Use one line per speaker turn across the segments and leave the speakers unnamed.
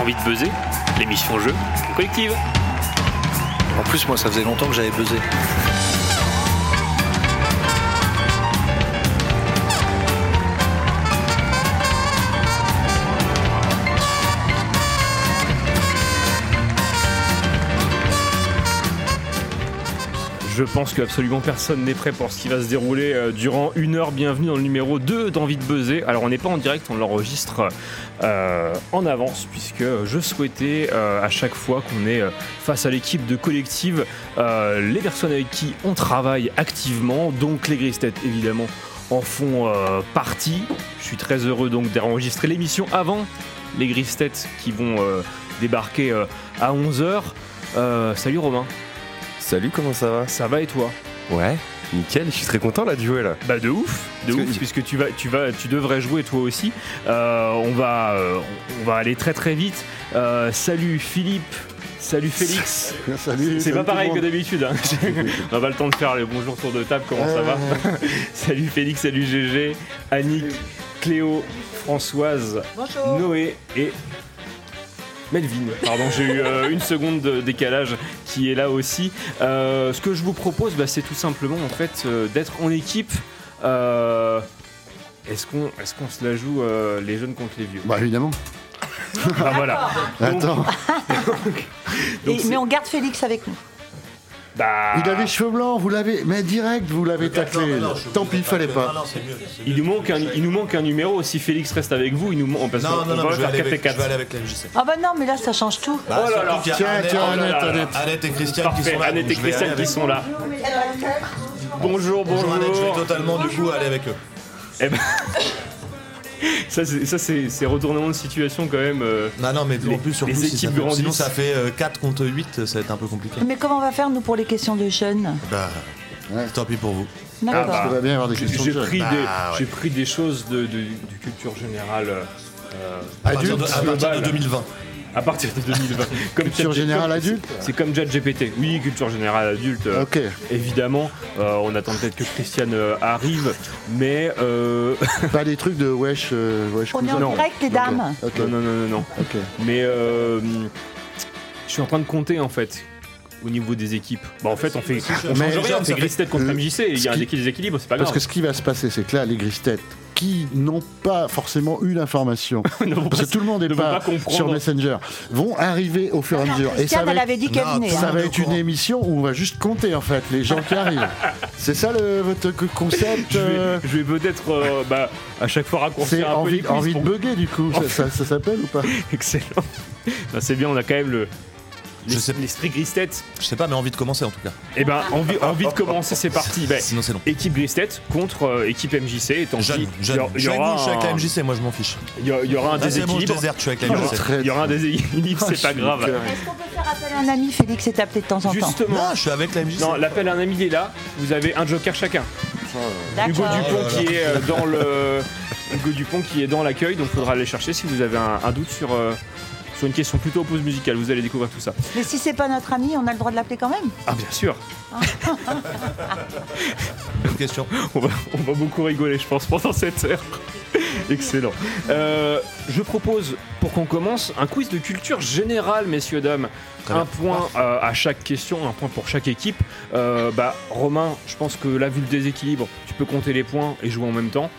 envie de buzzer, l'émission Jeu collective.
En plus, moi, ça faisait longtemps que j'avais buzzé.
Je pense que absolument personne n'est prêt pour ce qui va se dérouler euh, durant une heure. Bienvenue dans le numéro 2 d'Envie de Buzzer. Alors, on n'est pas en direct, on l'enregistre euh, en avance, puisque je souhaitais euh, à chaque fois qu'on est euh, face à l'équipe de collective euh, les personnes avec qui on travaille activement, donc les grises têtes évidemment en font euh, partie. Je suis très heureux donc d'enregistrer l'émission avant les grises têtes qui vont euh, débarquer euh, à 11h. salut Romain,
Salut, comment ça va
ça va et toi
Ouais, nickel, je suis très content là de jouer là.
Bah de ouf, de
Parce que
ouf,
tu-
puisque tu vas, tu vas, tu devrais jouer toi aussi. Euh, on va, euh, on va aller très très vite. Euh, salut Philippe, salut Félix.
Salut.
C'est pas
salut tout le
pareil que
monde.
d'habitude. hein. on n'a pas le temps de faire le bonjour tour de table. Comment ça va Salut Félix, salut GG, Annick, Cléo, Françoise, Noé et Melvin. Pardon, j'ai eu euh, une seconde de décalage qui est là aussi. Euh, ce que je vous propose, bah, c'est tout simplement en fait euh, d'être en équipe. Euh, est-ce qu'on est-ce qu'on se la joue euh, les jeunes contre les vieux
Bah évidemment.
Ah, voilà. Donc-
Attends,
donc
Et-
c'est-
mais on garde Félix avec nous.
bah,
il a les cheveux blancs, vous l'avez, mais direct, vous l'avez taclé. Tant pis, fallait pas.
il nous manque un il nous manque un numéro. Si Félix reste avec vous, il nous manque parce
Non,
qu'on
non,
va
non, mais je vais,
faire
aller
4 et
avec, je
4.
vais aller avec la MJC.
Ah bah non, mais là ça change tout.
Bah,
là
surtout
là.
qu'il y a
Tiens,
Annette-
tiens,
oh là
Annette,
là,
Annette.
Annette et Christian qui
Parfait,
sont là.
Annette
donc
et
je vais
Christian
aller
qui
avec-
sont là. Bonjour,
Bonjour Annette, je vais
bonjour.
totalement du coup aller avec eux.
Ça, c'est- ça, c'est c'est retournement de situation quand même. euh,
Non, non, mais
Les-
en plus, sur
les
plus, si
équipes
ça fait- sinon
grandissent.
ça fait euh, 4 contre 8, ça va être un peu compliqué.
Mais comment on va faire nous pour les questions de jeunes
Bah,
Ouais.
tant pis pour vous.
Ah
D'accord.
bah.
Il va bien y avoir des
J'ai
questions
j'ai
de jeunes.
pris, des,
Bah, ouais.
j'ai pris des choses de, de- de culture générale euh,
À partir de,
Adulte,
à partir de
global.
2020.
à partir de 2020. comme
Culture
chat-
générale
comme-
adulte
C'est comme ChatGPT. Oui, culture générale adulte. euh,
Ok.
Évidemment, Euh, on attend peut-être que Christiane euh, arrive, mais euh,
Pas des trucs de wesh, euh, wesh
On est en
cousin.
direct les dames.
Ok,
non, non, non, non, non.
ok.
Mais euh, je suis en train de compter en fait au niveau des équipes. Bah en fait, on fait, on
Mais-
change rien, on
ça
fait
fait-
gris tête contre
Euh,
MJC. et Il y a un
ce qui-
déséquilibre, c'est pas
Parce
grave.
que ce qui va se passer, c'est que là, les grises têtes qui n'ont pas forcément eu l'information,
Ne vont
parce
pas-
que tout le monde
ne
n'est
vont pas
pas
comprendre.
sur Messenger, vont arriver au fur et à mesure. Et ça
Christiane,
va
elle
être,
avait dit qu'elle
Non,
venait.
ça
hein.
on
va
est au
être une
courant.
émission où on va juste compter, en fait, les gens qui arrivent. C'est ça le, votre concept
je vais,
euh,
je vais peut-être euh, bah, à chaque fois
C'est
raccourcir un peu les
envie,
quiz
envie de
pour-
bugger du coup, ça, ça- ça s'appelle ou pas
Excellent. Non, c'est bien, on a quand même le.
Je sais-
L'esprit gris-tête.
Je sais pas, mais envie de commencer en tout cas.
Eh ben, envie, envie de commencer, c'est parti. Ben,
Sinon, c'est long.
équipe gris-tête contre euh, équipe MJC. Et tant
Jeanne,
pis, il y
Jeanne.
aura- il
Je
y
suis avec vous, je suis avec
aura
la
un-
MJC, moi je m'en fiche.
il y a- il y aura un
Ah, c'est bon, je
déséquilibre.
déserte, Oh, je suis avec
Il y
la
aura-
MJC.
Il y aura un déséquilibre, c'est
Ah,
pas grave.
Est-ce qu'on peut faire appel à un ami Félix et t'appeler de temps en temps
Justement,
Non, je suis avec la MJC.
non, l'appel à un ami il est là. Vous avez un joker chacun. Hugo Dupont
Ah,
qui est euh, dans le Hugo Dupont qui est dans l'accueil, donc faudra aller chercher si vous avez un, un doute sur euh, sur une question plutôt pause musicale. Vous allez découvrir tout ça.
Mais si c'est pas notre ami, on a le droit de l'appeler quand même.
Ah bien sûr.
Bonne question.
On va, on va beaucoup rigoler, je pense, pendant cette heure. Excellent. Euh, je propose, pour qu'on commence, un quiz de culture générale, messieurs, dames.
Très bien.
Un point euh, à chaque question, un point pour chaque équipe. Euh, bah, Romain, je pense que là, vu le déséquilibre, tu peux compter les points et jouer en même temps.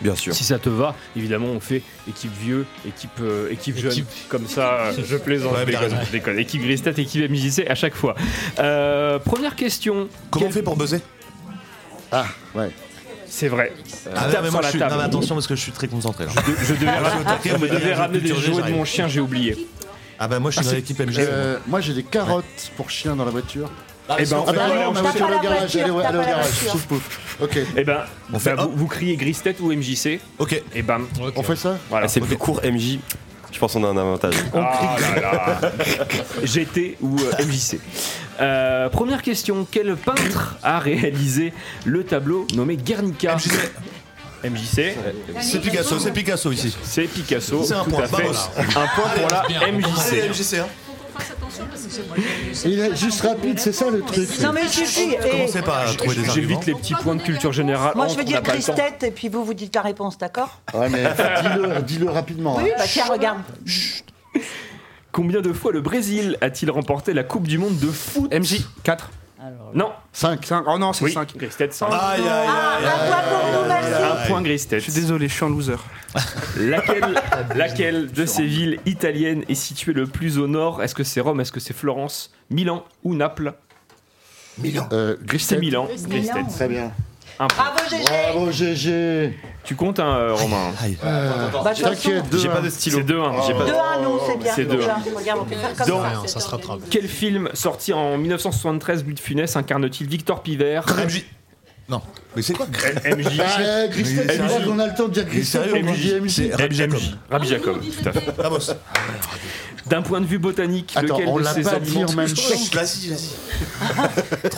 Bien sûr.
Si ça te va, évidemment, on fait équipe vieux, équipe, euh, équipe jeune.
Équipe.
Comme ça, euh, je plaisante,
Ouais,
je
mais t'as
déconne,
raison.
je déconne. Équipe Gristat, équipe MJC à chaque fois. Euh, première question.
Comment on
Quel-
fait pour buzzer
Ah, ouais.
C'est vrai.
Ah,
Euh, Tape
mais
sur
moi,
la
je suis-
table.
non, mais attention parce que je suis très concentré là.
De- je devais,
Je suis au taquet,
on me
mais
devait
derrière,
ramener
je
des
vais
jouets de
j'arrive.
mon chien, j'ai oublié.
Ah bah moi je suis dans l'équipe MJC.
Euh, moi j'ai des carottes pour chien dans la voiture.
Eh ben,
Ah
on fait
bah
quoi, là,
non,
on
T'as
fait-
ma
pas
voiture est au
la
garage,
voiture,
allez ouais,
t'as
elle est au
pas la
garage,
voiture.
pouf pouf. Ok,
Eh ben,
On fait
bah, vous,
hop.
vous criez grise tête ou MJC,
Ok.
et bam,
on fait ça
voilà.
Ah, c'est plus court MJ. Je pense qu'on a un avantage.
Ah là là. GT ou euh, MJC. Euh, première question, quel peintre a réalisé le tableau nommé Guernica
MJC.
MJC,
C'est Picasso, c'est Picasso ici.
c'est Picasso,
C'est un
tout
point,
à fait.
vamos.
Un point pour la
C'est la
MJC.
MJC, hein.
Il est juste rapide, c'est ça le truc.
Non mais il suffit. Et
Commencez pas à trouver des arguments.
J'évite les petits points de culture générale.
moi
Oh,
je vais
on
dire
n'a pas le temps.
Christette et puis vous vous dites la réponse, d'accord
Ouais, mais dis-le dis-le rapidement. hein.
Oui, bah tiens, regarde.
Combien de fois le Brésil a-t-il remporté la Coupe du Monde de foot
MJ 4
Non.
5.
5 Oh non, c'est
Oui.
5.
Gristed 5.
Aïe, aïe, aïe.
Ah, Un point pour
Euh,
nous, merci.
Un point Gristed.
Je suis désolé, je suis un loser.
Laquelle, laquelle de ces villes italiennes est située le plus au nord Est-ce que c'est Rome Est-ce que c'est Florence Milan ou Naples
Euh,
C'est
Gristel.
Milan.
C'est
Gristed.
Milan.
Très bien.
Un point.
Bravo, GG.
Bravo GG.
Tu comptes, hein, euh, Romain
Bah, de toute façon,
T'inquiète, deux.
J'ai pas
un.
de stylo.
C'est hein. 2-1. J'ai pas-
2 1 nous, c'est bien.
C'est deux.
Déjà, Regarde, on peut faire comme ça.
Donc,
ça se rattrape.
Quel film sorti en 1973, Louis de Funès, incarne-t-il Victor Pivert
MJ. Non. Mais c'est quoi Greg
MJ
Ah, euh, Gristel,
Mais-
c'est
Mais-
vrai qu'on a le temps de dire Gristel.
sérieux,
on dit
MJ,
MJ.
c'est Reb Jacob.
Rabbi Jacob, tout à fait.
Ramos.
D'un point de vue botanique,
Attends,
lequel,
on
de
l'a
ces
pas dit
aliments,
en même temps.
Vas-y, vas-y.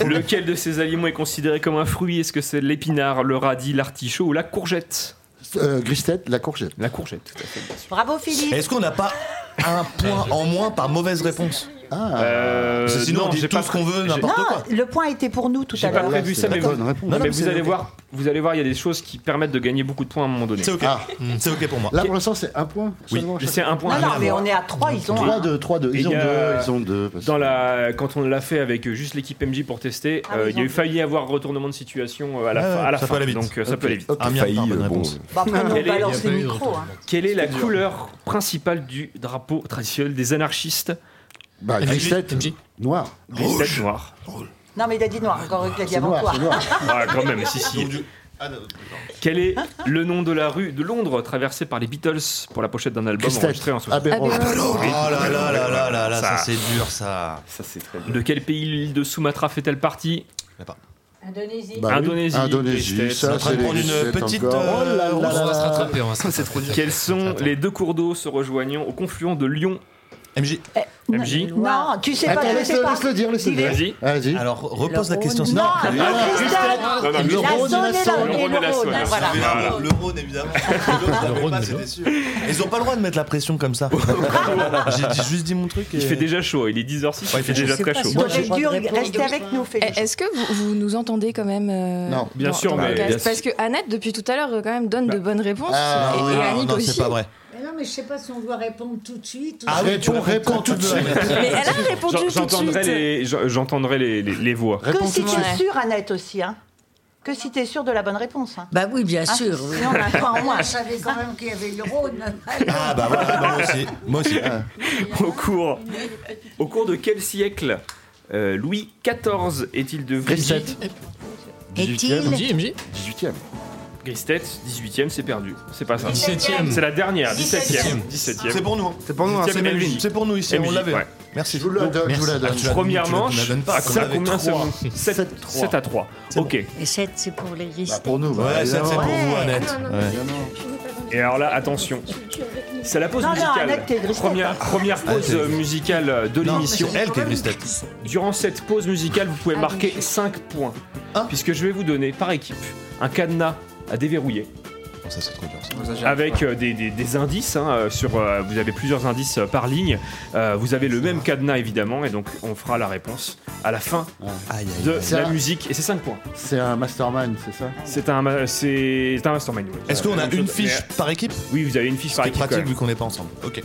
lequel de ces aliments est considéré comme un fruit Est-ce que c'est l'épinard, le radis, l'artichaut ou la courgette
Euh, Gristel, la courgette.
La courgette, tout à fait. bien sûr.
Bravo, Philippe.
Est-ce qu'on n'a pas un point en moins par mauvaise réponse
Ah.
Euh,
Parce que Sinon,
non,
on dit
j'ai
tout
pas
ce qu'on Ah, veut,
Non,
n'importe quoi.
le point était pour nous tout à
pas
l'heure.
prévu. vu
c'est
ça,
la
mais
bonne
vous-
réponse.
Non, non,
mais
mais
vous
c'est
allez
ok.
voir, vous allez voir, il y a des choses qui permettent de gagner beaucoup de points à un moment donné.
C'est ok.
Ah.
Mm. C'est ok pour moi.
Là, pour l'instant, c'est un point.
Oui.
seulement.
C'est un point.
Non, non,
à
mais
avoir.
on est à 3, ils ont
3,
un.
2, 3, 2.
Et
Ils ont
il y a-
2, ils ont 2.
Dans la, quand on l'a fait avec euh, juste l'équipe MJ pour tester,
Ah,
euh,
oui,
il y a eu
j'en-
failli avoir retournement de situation euh, à la,
Ouais,
fin-
Ah ouais,
à la
ça peut
fin.
aller vite.
donc euh, ça peut aller vite.
Un
merde,
failli,
pas bonne
euh, bon.
réponse.
Bon, après,
Quel
on balance
est-
il y a
les
pas eu de
micros. hein.
Quelle est la couleur principale du drapeau traditionnel des anarchistes
Bah, Gristel,
MJ.
noir.
Grisette noire.
Non, mais il a dit noir, encore il a dit
C'est
avant
noir,
toi.
c'est noir.
Ah, quand même, si, si.
Ah,
Quel est le nom de la rue de Londres traversée par les Beatles pour la pochette d'un album
Gristel,
enregistré en 60
Abbey Road.
Oh là là là là là là,
Ça.
ça, c'est dur ça.
Ça, c'est très
De quel pays l'île de Sumatra fait-elle partie
Bah oui.
Indonésie, Gristel.
Indonésie,
On est
ça,
en train
c'est
de prendre
les
une
Gristel
petite,
encore.
euh,
Oh là
on
On
là
va se
là.
rattraper, on va se rattraper.
Quels sont
Attends.
les deux cours d'eau se rejoignant au confluent de Lyon
MJ,
MJ
Non, tu sais
Attends,
pas, tu sais
laisse-le
pas.
laisse-le dire, laisse-le
Dis-le.
dire.
Vas-y.
Vas-y.
alors repose la
Le
question.
Rhône.
sinon-
Non,
Ah,
la Christelle.
Non, non,
Le
La
Rhône
zone
et la
est là,
Saône.
et
Le Rhône et la
le Rhône,
Saône.
voilà.
évidemment, Le Rhône, évidemment. Le Rhône,
le
c'est
Rhône.
déçu. Ils ont pas le droit de mettre la pression comme ça. J'ai j'ai juste dit mon truc. et-
Il fait déjà chaud, il est 10h06,
Ouais,
il fait
il fait
déjà très chaud.
Moi, j'ai
J'aurais dû rester avec nous, Félix.
Eh, Est-ce que vous, vous nous entendez quand même euh,
Non,
Eh, bien sûr,
le
mais-
podcast
bien sûr.
Parce que Annette, depuis tout à l'heure, euh, quand même, donne
Bah.
de bonnes réponses.
Ah,
et,
Non,
et
non,
Annick
non,
aussi.
c'est pas vrai.
Mais non, mais je sais pas si on doit répondre tout de suite. ou-
Ah oui, tu
Réponds,
réponds
réponds
quand tu
tout de suite.
veux.
Mais elle a répondu
J'en-
tout de suite.
J'entendrai les, j'en- j'entendrai les, les- les voix.
Que
Réponds tout
si
de
tu
suite.
es sûre, Annette aussi. hein. Que si tu es sûre de la bonne réponse. hein.
Bah oui, bien
Hein,
sûr. oui.
Sinon, on a un point en moins.
Moi, je savais quand même qu'il y avait le Rhône.
Ah bah voilà, bah, moi aussi. Moi aussi.
Au cours, au cours de quel siècle euh, Louis XIV est-il devenu
Gristel.
Est-il
MJ, MJ
18ème.
Gristet, 18 e c'est perdu. C'est pas ça.
17ème.
C'est la dernière, 17 e
17e.
17
C'est
e
pour nous. hein.
C'est pour nous, hein,
Tiens,
c'est
mais-
MJ.
MJ.
C'est pour nous ici, on l'avait. Merci.
Je vous la donne, je vous la donne.
tu l'as-
Première
tu la- tu la
manche,
donnes pas,
à
qu'on
ça
avait
Ah, combien ça
trois.
vous 7,
Sept, trois.
à 3.
C'est
Ok.
Et 7, c'est pour les
Bah,
Gristel.
pour nous, bah,
Ouais, ça c'est pour
évidemment.
vous, Annette. Ouais.
Et alors là, attention. C'est la pause
Non, non,
musicale.
Annette, t'es hein. Gristet.
première, première pause euh, musicale de
Non,
l'émission.
c'est elle qui est Gristet.
Durant cette pause musicale, vous pouvez marquer 5 points.
Ah.
Puisque je vais vous donner par équipe un cadenas à déverrouiller
Bon, ça c'est trop dur. ça.
avec euh, des, des- des indices hein, euh, sur euh, vous avez plusieurs indices euh, par ligne Euh, vous avez le même cadenas évidemment et donc on fera la réponse à la fin
Aïe aïe.
de
C'est
la
un-
musique et c'est 5 points
C'est un mastermind, c'est ça
c'est un ma- c'est c'est un mastermind oui.
Est-ce qu'on a une fiche par équipe
oui vous avez une fiche
Ce
par
qui est
équipe
pratique
quand même.
vu qu'on n'est pas ensemble. Ok.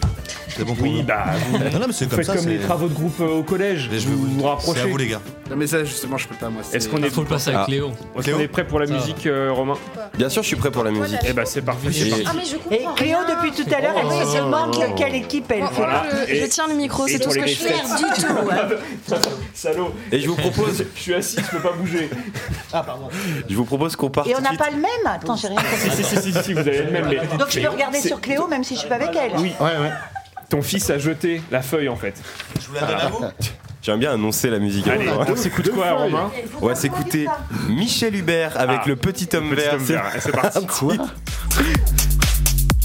C'est bon pour
oui
nous.
bah vous
Non, non, mais c'est comme
faites
ça.
comme les
c'est-
travaux de groupe euh, au collège
Mais je vais
vous vous
C'est à
rapprochez
vous les gars.
Non, mais ça, justement, je peux pas, moi. c'est-
est-ce qu'on est,
Il faut le passer
Ah.
avec Léo.
est-ce qu'on
Théo
est prêt pour la musique euh, Romain
Bien sûr, je suis prêt pour la musique.
Eh bah c'est parfait
Et-
Et-
Ah, mais je comprends.
Et Cléo,
rien.
depuis tout à l'heure, elle
Oh.
se demande de quelle équipe elle fait.
Voilà.
Je,
Et-
je tiens le micro,
et
c'est tout
pour
ce
les
que je fais.
Gristet.
Du tout. hein.
Salaud
Et je vous propose,
Je suis assis, je peux pas bouger.
je vous propose qu'on parte.
Et on
tout de
n'a
suite.
pas le même Attends, j'ai rien compris.
si, si, si, si, si, vous avez le même. mais-
Donc je
mais
peux regarder
c'est-
sur Cléo, même si je suis pas avec elle.
Oui,
Ouais, ouais.
ton fils a jeté la feuille en fait.
Je vous la donne à vous.
J'aime bien annoncer la musique.
Allez,
avant. hein.
on s'écoute quoi,
feuilles.
Romain
On va s'écouter Michel Hubert avec
Ah.
le petit homme
Petit
vert.
homme vert, et C'est parti.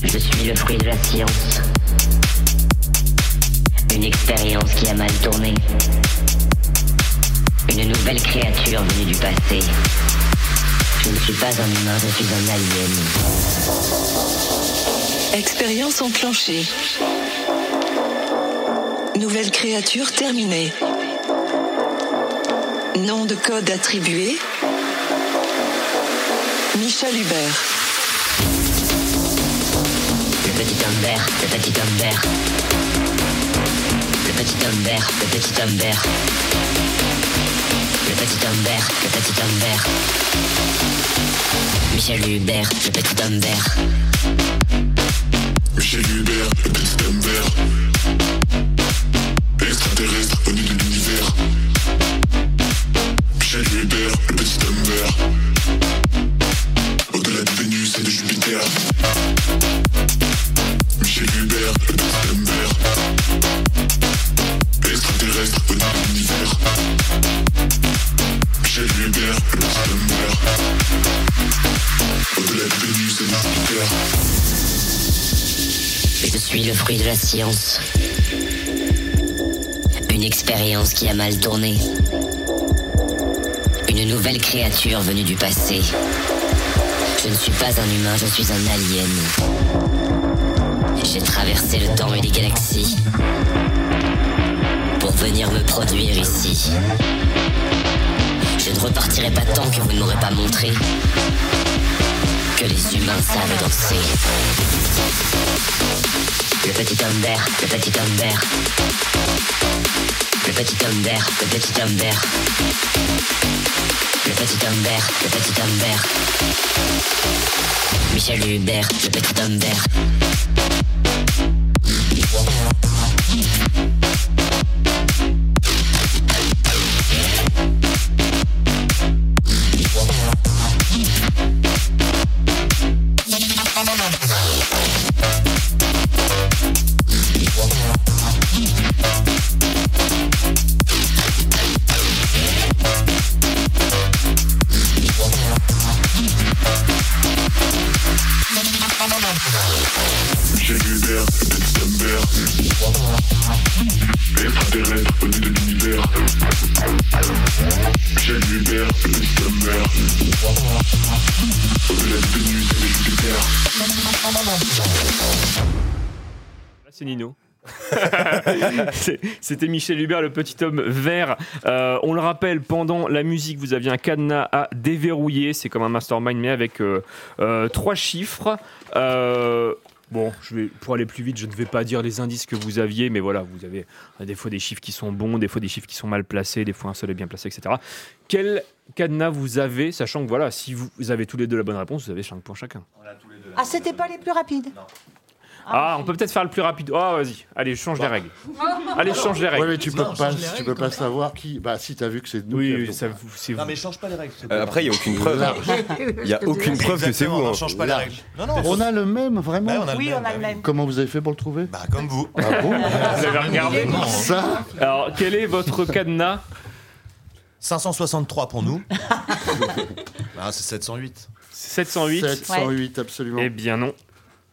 Je suis le fruit de la science. Une expérience qui a mal tourné. Une nouvelle créature venue du passé. Je ne suis pas un humain, je suis un alien.
Expérience enclenchée. Nouvelle créature terminée. Nom de code attribué. Michel Hubert.
Le petit homme vert, le petit homme vert. Le petit homme vert, le petit homme vert. Le petit homme vert, le petit homme vert. Michel Hubert, le petit homme vert.
Michel Hubert, le petit homme vert. Extraterrestre venu de l'univers. Michel Hubert, le petit homme vert. Au-delà de Vénus et de Jupiter. Michel Hubert, le petit homme vert. Extraterrestre venu de l'univers. Michel Hubert, le petit homme vert. Au-delà de Vénus et de Jupiter.
Je suis le fruit de la science. Une expérience qui a mal tourné. Une nouvelle créature venue du passé. Je ne suis pas un humain, je suis un alien. J'ai traversé le temps et les galaxies pour venir me produire ici. Je ne repartirai pas tant que vous ne m'aurez pas montré que les humains savent danser. Le petit homme vert, le petit homme vert. Le petit homme vert, le petit homme vert. Le petit homme vert, le petit homme vert. Michel Hubert, le petit homme vert.
Michel Hubert, le petit homme vert. Extraterrestre venu de l'univers. Michel Hubert, le petit homme vert. Au-delà de Vénus et de Jupiter.
Là, c'est Nino. C'est- C'était Michel Hubert, le petit homme vert. Euh, on le rappelle, pendant la musique, vous aviez un cadenas à déverrouiller. C'est comme un mastermind, mais avec euh, euh, trois chiffres. Euh, bon, je vais, pour aller plus vite, je ne vais pas dire les indices que vous aviez, mais voilà, vous avez euh, des fois des chiffres qui sont bons, des fois des chiffres qui sont mal placés, des fois un seul est bien placé, etc. Quel cadenas vous avez, sachant que voilà, si vous vous avez tous les deux la bonne réponse, vous avez 5 points chacun.
Ah, c'était pas les plus rapides
Ah, on peut peut-être faire le plus rapide. Ah, vas-y, allez, je change les règles. Allez, je change les règles.
Ouais, mais tu peux
Non,
pas,
change les
tu
règles
peux pas
comme ça.
savoir qui. Bah, si t'as vu que c'est nous.
Oui,
qui
oui,
avons-
ça vous- c'est vous.
Non mais change pas les règles. s'il te
Euh,
plaît.
Après, il n'y a aucune preuve. Il n'y a aucune preuve que c'est vous.
Exactement,
hein.
On change pas les règles. Non, non,
On a le même,
Bah,
vraiment
on a
Oui,
le même,
on a
bah
le
oui.
même.
Comment vous avez fait pour le trouver
Bah comme vous.
Ah bon
Vous avez regardé.
Non, hein.
Ça
Alors, quel est votre cadenas
563 pour nous. Ah, c'est 708.
708
708, absolument.
Eh bien non.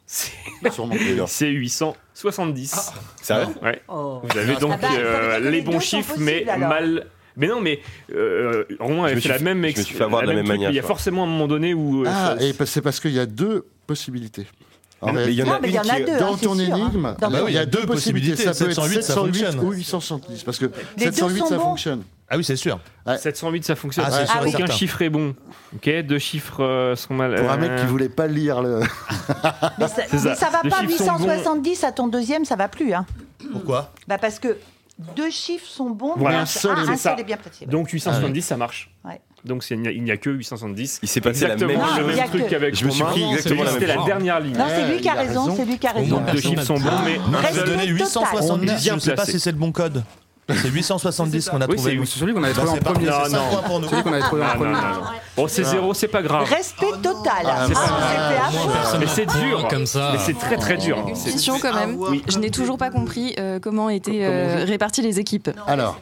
C'est
Sûrement.
c'est 870.
Sérieux
Ouais.
Oh.
Vous avez donc
Ah bah, ça veut dire
euh,
que les
les
deux
bons
sont
chiffres,
possibles,
mais
alors.
mal. Mais non, mais euh,
Je
Romain
me
avait fait
suis
la
fait-
même
je me
ex-
suis fait avoir de la même
truc,
manière,
Il y a
je crois.
forcément un moment donné où. euh,
Ah,
ça-
et parce- c'est parce qu'il y a deux possibilités. En
Ah, Mais il y en
Non,
a
mais il y
une
en a
qui euh, est-
deux.
Dans
hein,
ton
c'est sûr, hein.
énigme,
Dans-
bah oui,
il y a deux possibilités. Ça peut être
708, ça
708
fonctionne.
ou 870. Parce que
deux
708,
sont
ça
bons.
fonctionne.
Ah oui, c'est sûr.
708, ça fonctionne.
Ah, c'est sûr et
Aucun
certain.
chiffre est bon. Ok, deux chiffres euh, sont mal.
Pour un
euh,
mec qui voulait pas lire le.
Mais ça,
C'est ça.
mais ça va
Les
pas,
chiffres sont bons.
870 à ton deuxième, ça va plus. Hein.
Pourquoi
Bah parce que deux chiffres sont bons,
Voilà.
mais un,
Un
seul
ah,
est-
un
c'est ça.
seul est bien placé.
Donc 870, ça marche.
Ouais.
Donc c'est- il n'y a- il n'y a, que 870.
Il s'est passé la
exactement
même
Ah,
chose.
le
Il y
même
a
truc
que-
avec
Je me suis
Romain.
pris
Romain,
exactement la
c'est
même
C'était la
chose.
dernière ligne.
non, c'est
Ouais,
lui qui a
il a
raison,
raison.
c'est lui qui a
Au
raison.
moins,
Donc deux
personne
chiffres
n'a-
sont bons, mais
Non,
un
on
Reste
a
seul.
donné
total.
869,
Bien
je sais pas
placé.
si c'est le bon code. C'est 870 qu'on a
Oui,
trouvé.
c'est
nous.
C'est celui qu'on avait trouvé en
c'est pas-
premier.
non,
c'est ça
non.
Trois pour nous.
Celui qu'on avait trouvé en
Ah, non,
premier.
non, non. Bon, c'est zéro, c'est pas grave.
Respect total. Ah,
c'est
c'était affreux.
Mais c'est dur.
Ah, Comme ça.
Mais c'est très très dur.
Une question quand même. Je n'ai toujours pas compris euh, comment étaient euh, réparties les équipes.
Alors,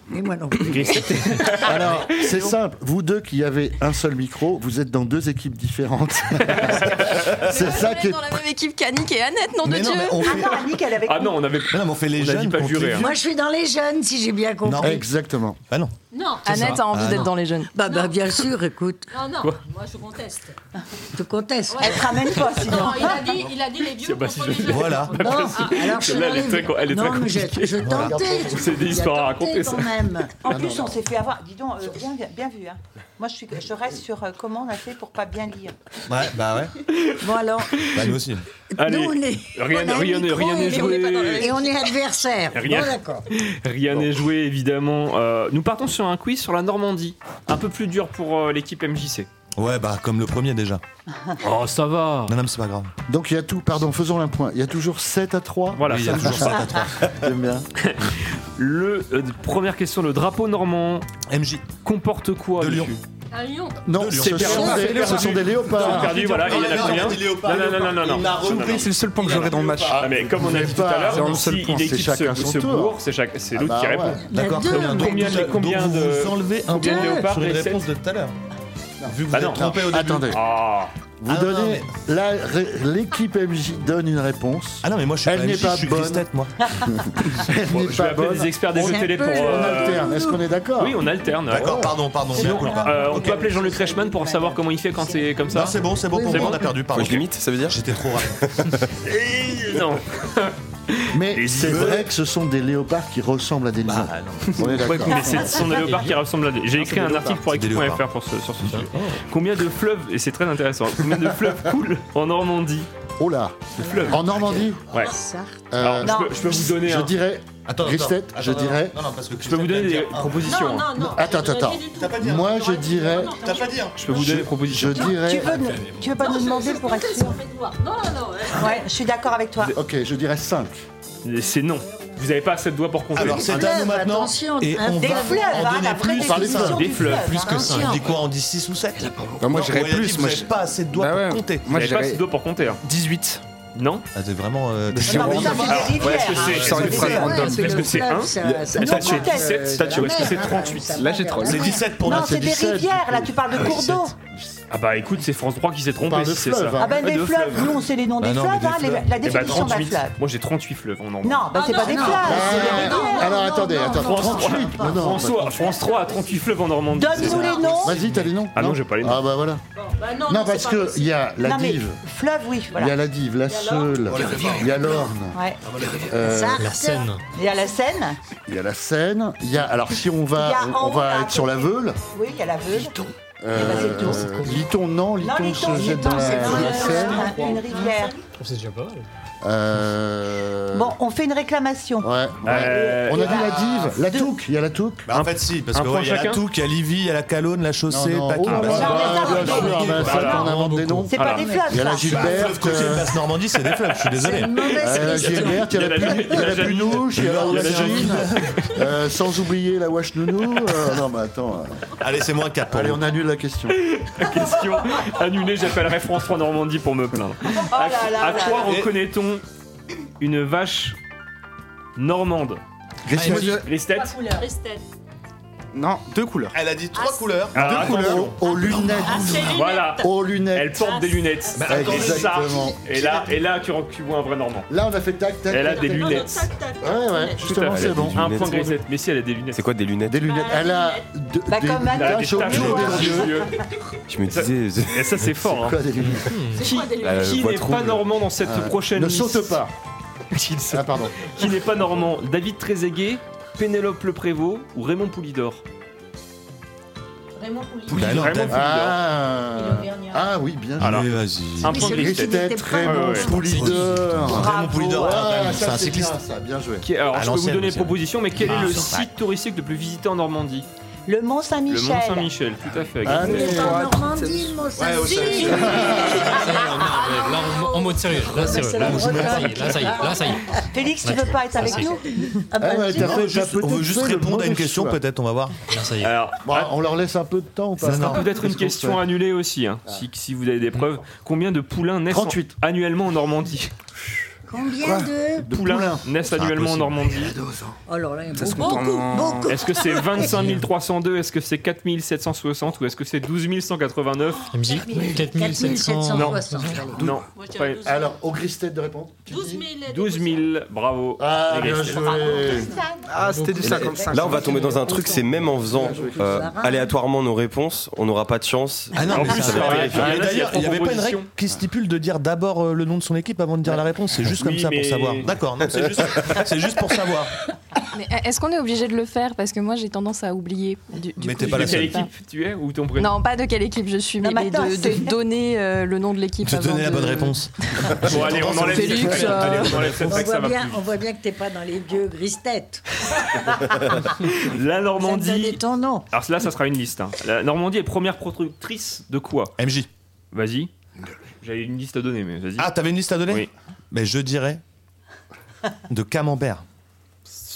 alors c'est simple. Vous deux qui avez un seul micro, vous êtes dans deux équipes différentes. c'est ça qui est.
dans la même équipe qu'Annick et Annette, nom de
Mais non,
Dieu
mais on
Ah
fait-
non, Annick, elle est avec
Ah
nous.
non, on avait.
Mais non, mais on fait les
On a dit
jeunes
pas
contre
jurer,
les
hein.
vieux.
Moi, je suis dans les jeunes, si j'ai bien compris.
Non.
Exactement.
Bah non.
Non.
C'est Annette ça. a envie Ah, d'être non. dans les jeunes.
Bah, bah, bien sûr, écoute.
Non, non,
Quoi
moi je conteste.
Tu contestes.
Ouais. Elle te ramène pas, sinon.
Ah
Non, il a dit- il a dit les vieux
vieux.
Tiens, bah, si contre je- les jeunes.
Voilà.
Voilà.
Non,
Ah, alors, je
Là, elle est
suis
très co- elle
horrible.
est
Non,
très
mais
compliquée.
j'ai- je
Voilà.
tentais.
C'est des
J'ai
histoires à
tenté
raconter,
quand
ça.
même.
En
Ah,
plus,
non,
on s'est fait avoir. Dis donc, euh, bien, bien vu. Hein. Moi, je, suis, je reste sur euh, comment on a fait pour pas bien lire.
Ouais, bah ouais.
Bon, alors.
Bah nous aussi.
Allez,
on est-
rien
on a un
rien n'est-
micro
rien n'est
et Ah on est pas dans la-
joué.
Et on est adversaire.
Rien.
Bon, d'accord.
Rien n'est joué, évidemment. Euh, nous partons sur un quiz sur la Normandie. Un peu plus dur pour euh, l'équipe MJC.
Ouais, bah comme le premier déjà.
Oh, ça va.
Non, non, mais c'est pas grave.
Donc il y a tout, pardon, faisons un point. Il y a toujours 7 à 3.
Voilà,
ça me va. J'aime bien.
Le, euh, première question, le drapeau normand.
MJ.
Comporte quoi
De Lyon.
Un lion.
Non,
Lyon.
ce
C'est
sont
perdu.
des-
C'est perdu.
ce sont des léopards.
C'est perdu, voilà, et il y en a
Non,
combien
non, des léopards,
Non, non, non, non, non.
il m'a
Non, non,
repris,
non.
c'est le seul point que j'aurais dans le match.
Ah, mais comme on a dit tout à
C'est un
l'heure,
seul
si
point,
il
c'est
équipe
chacun
se,
son
se
tour.
bourre, c'est chaque- c'est
Ah
l'autre
bah
qui
ouais.
répond.
Il y a
D'accord,
deux.
très bien.
Donc,
Combien de-
donc,
combien
vous
de-
vous enlevez un
combien de
point
léopards
sur une
et sept
réponse de tout à l'heure. Vu que vous
Bah
êtes
non.
trompé au début.
Attendez.
Ah.
Vous
Ah, non,
donnez.
mais-
la ré- L'équipe MJ donne une réponse.
Ah non, mais moi je suis
Elle
pas
n'est
MJ,
pas
je suis
bonne.
Christette, moi.
Elle
Bon,
n'est
je vais
pas
appeler
bonne.
des experts des
On
jeux télé pour.
appelle, On
euh,
alterne. Est-ce qu'on est d'accord
Oui, on alterne.
D'accord, pardon, pardon,
Sinon,
mea culpa.
euh, on peut appeler Jean-Luc Reichmann pour savoir comment il fait quand c'est comme ça
Non, c'est bon, c'est bon pour
C'est
moi, on
bon
a perdu. Pardon.
Faut que je
limite, ça veut dire J'étais trop rapide.
Non.
Mais c'est vrai que ce sont des léopards qui ressemblent à des lions. On est d'accord.
Mais c'est- ce sont des léopards qui ressemblent à des. J'ai
Non,
écrit
c'est
un
des
article
léopards.
pour
C'est des
équipe.fr
léopards.
pour ce- sur ce sujet. Combien de fleuves, et c'est très intéressant, combien de fleuves coulent en Normandie
Oh là
Des fleuves.
En Normandie
Ouais. Alors, je peux- je peux vous donner
Je
un-
dirais.
Attends,
Christette,
attends,
je
attends,
dirais.
non, non, parce que
Je peux vous donner des propositions.
Non,
hein.
non, non. Attends, attends, attends.
T'as pas dit, hein.
Moi, je dirais.
T'as pas dit. hein.
Je peux vous donner des propositions.
Je dirais-
Tu veux, nous- tu veux pas nous demander pour être sûr
Non, non, non.
Ouais, je suis d'accord avec toi.
Ok, je dirais 5.
C'est non. Vous n'avez pas assez de doigts pour compter.
Alors, c'est à nous maintenant.
attention,
et
un
on
des
va
fleuves,
en
hein,
donner
la
plus.
vraie définition
Des
du
fleuves.
fleuve,
Plus que ça.
attention.
Il dit quoi On dit 6 ou 7
moi, j'irais
il a dit
plus,
que
moi,
j'avais
je-
pas assez de doigts
Bah ouais.
pour compter.
Moi,
Moi,
j'ai pas
j'irais-
assez de doigts pour compter. hein.
18.
Non
Ah, t'es vraiment. euh, t'es
Non, mais
vraiment-
ça,
c'est des
Alors,
rivières,
ouais, est-ce que
hein.
c'est-
C'est
est-ce
des
que c'est
fleuves,
un
ouais, c'est
Est-ce que c'est
le fleuve,
1
ça- ça-
Est-ce que
non,
c'est
conteste.
7 statues Est-ce que c'est 38
Là, j'ai troll.
C'est 17 pour
Non,
moi.
c'est des
17.
rivières, là, tu parles de cours d'eau.
Ah bah écoute, c'est France 3 qui s'est trompé
parle
si
de
c'est ça.
fleuves, hein.
Ah ben,
Ouais,
des
de
fleuves, nous, on sait les noms
Bah
des
non, mais
fleuves,
des
hein, les-
fleuves.
la
Eh bah,
définition d'un
38.
fleuve.
Moi j'ai 38 fleuves en Normandie.
Non, bah, c'est
Ah,
pas
non,
des
non,
fleuves,
non,
c'est des
Ah,
rivières.
Alors
non,
attendez,
non,
attends,
non,
France 3,
38 Non, non,
France, 3, France 3 a 38 fleuves en Normandie.
Donne-nous les noms.
Vas-y, t'as les noms
Ah non,
Non
j'ai pas les noms.
Ah bah voilà.
Bon, bah non,
Non,
non,
parce
c'est pas
que
possible.
il y a la
Non, mais
dive,
fleuve, oui,
il y a
voilà.
la dive, la Seule, il y a l'Orne,
Ouais.
euh,
La
Seine.
Il y a la Seine,
il y a la Seine, il y a alors si on
Il y
va
a
Ah, on, on va
Anvers.
être sur la Veule.
oui, il y a la Veuve.
Euh,
bah, c'est
Liton, non,
Non,
Liton,
les
se jette dans la, dans la Seine.
une rivière.
C'est déjà pas mal.
Euh,
Bon, on fait une réclamation.
Ouais, ouais.
Euh,
on a dit la dive, la touque, il y a la touque.
Bah, en fait, si, parce
un
que
point
ouais, il y a la
chacun
Touque, il y a Livy, il y a la Calonne, la
Non,
Chaussée,
non,
Paquin.
oh là
bah,
là,
ça,
bah,
bah,
bien sûr, bah, ça,
voilà.
on invente des noms.
C'est pas
Alors,
des fleuves,
Il y a la
ça.
Gilberte,
Fleuve côtier de basse Normandie, c'est des fleuves, je suis désolé.
Euh, la Gilberte, il y a la
Il y a la
Pune- la
Janine.
Punouche, il y a la
Il y a la
Ouragine, euh, sans oublier la Wash Nounou. euh, non, mais attends. euh,
Allez, c'est moins 4 pour
Allez,
vous.
on annule la question. hein.
question annulée, j'appellerai France 3 Normandie pour me plaindre. à,
Oh Ah là là
à
là
quoi
là.
reconnaît-on une vache normande
Christelle,
Les stats
Couleur. Christelle.
Non, deux couleurs.
Elle a dit 3 couleurs.
Alors,
aux-
attention.
aux
Ah,
lunettes. Ah,
c'est lunettes.
Voilà,
Aux
elle
lunettes.
porte des lunettes.
Bah,
et, ça,
exactement.
et là, et là tu, tu vois un vrai normand.
Là, on a fait tac, tac.
Elle a
tac,
des
tac.
Non, non,
lunettes.
tac, tac, tac,
Ouais, ouais,
lunettes.
justement,
Tout à
c'est
fait.
bon.
Un
Lunettes.
point grisette, mais si elle a des lunettes.
C'est quoi des lunettes
Des lunettes. Elle a de-
Bah,
des
comme Anne.
Elle a des
taches au
taches
bout
au bout
des
des
yeux.
yeux.
Je me disais.
Et ça, c'est fort. hein.
Quoi, des lunettes
Qui,
La
qui
voix
n'est pas
trouble.
normand dans cette
Euh,
prochaine
Ne
Miss
saute pas.
Qui ne saute
Ah, pardon.
qui n'est pas normand David Trezeguet, Pénélope Leprévost ou Raymond Poulidor
Raymond Pouli.
Bah non,
Raymond
David.
Poulidor.
Ah,
Auvergnat.
ah oui, bien
Alors,
joué.
Allez, vas-y.
Un
Mais
point de
celui qui
Christelle.
n'était
C'était
pas
très bon,
Ouais, ouais.
Poulidor.
Raymond Poulidor,
Ouais,
c'est un
ça, c'est
cycliste.
bien, ça, bien joué.
Qui- alors,
À
je peux vous
l'ancienne,
donner une
monsieur.
proposition, mais quel est
Ah,
le
c'est vrai.
site touristique le plus visité en Normandie
Le Mont
Le Mont
Saint-Michel.
Saint-Michel, tout à fait.
Allez.
C'est
Ouais,
en Normandie, le mot samedi.
Là, on- en mode sérieux. Là, sérieux. Là,
la
ça y est. Là, ça y est. Là, ça y est.
Félix, tu veux pas être avec nous
Ah bah,
Ah ouais,
si.
t'as
On
fait-
veut
t'as
juste- on
peut-être
veut juste
fait le
répondre à une
mauvais
question,
choix.
peut-être, on va voir.
Là, ça y est.
Alors,
Bon, on leur laisse un peu de temps. parce
Ça, non.
que-
peut-être
qu'est-ce
une
qu'on
question
fait Ah.
annulée aussi, hein, si, si vous avez des preuves. Combien de poulains naissent en-
38.
annuellement en Normandie
Combien de...
Poulain, naissent annuellement en Normandie.
Ah,
Alors là, il y a
Ça se
beaucoup,
compte en-
beaucoup, beaucoup.
Est-ce que c'est 25 302 Est-ce que c'est 4 760 Ou est-ce que c'est 12 189
Ah,
Non.
4760.
Non. Pas-
Alors, Auguste tête de répondre.
12 000, bravo.
Ah,
Les
bien
Grecs.
joué.
Ah, c'était du
Et là,
55.
là, on va tomber dans un truc, c'est même en faisant euh, aléatoirement nos réponses, on n'aura pas de chance.
Ah non,
Ça
mais
va
ça, Bah,
pas
ouais.
les faire.
Et d'ailleurs, il n'y avait pas une règle qui stipule de dire d'abord euh, le nom de son équipe avant de dire la réponse. C'est juste comme
Oui,
ça
mais-
pour savoir. D'accord, non, c'est juste, c'est juste pour savoir.
Mais est-ce qu'on est obligé de le faire Parce que moi, j'ai tendance à oublier. Du, du
Mais
coup,
t'es pas
je
la
sais
seule.
pas.
Équipe, tu es ou ton prénom
Non, pas de quelle équipe je suis, mais,
Non, mais attends,
de, de
c'est-
donner euh, le nom de l'équipe.
De
avant
donner la
de-
bonne réponse.
Bon, allez, on enlève
Félix,
cette règle.
euh,
Allez, on enlève
On
cette règle, ça va
voit, bien,
plus
on voit bien que t'es pas dans les vieux grises têtes.
vite. La Normandie.
ton nom.
Alors là, ça sera une liste. hein. La Normandie est première productrice de quoi
MJ.
Vas-y. J'avais une liste à donner, mais vas-y.
Ah, t'avais une liste à donner
Oui.
Mais je dirais de camembert.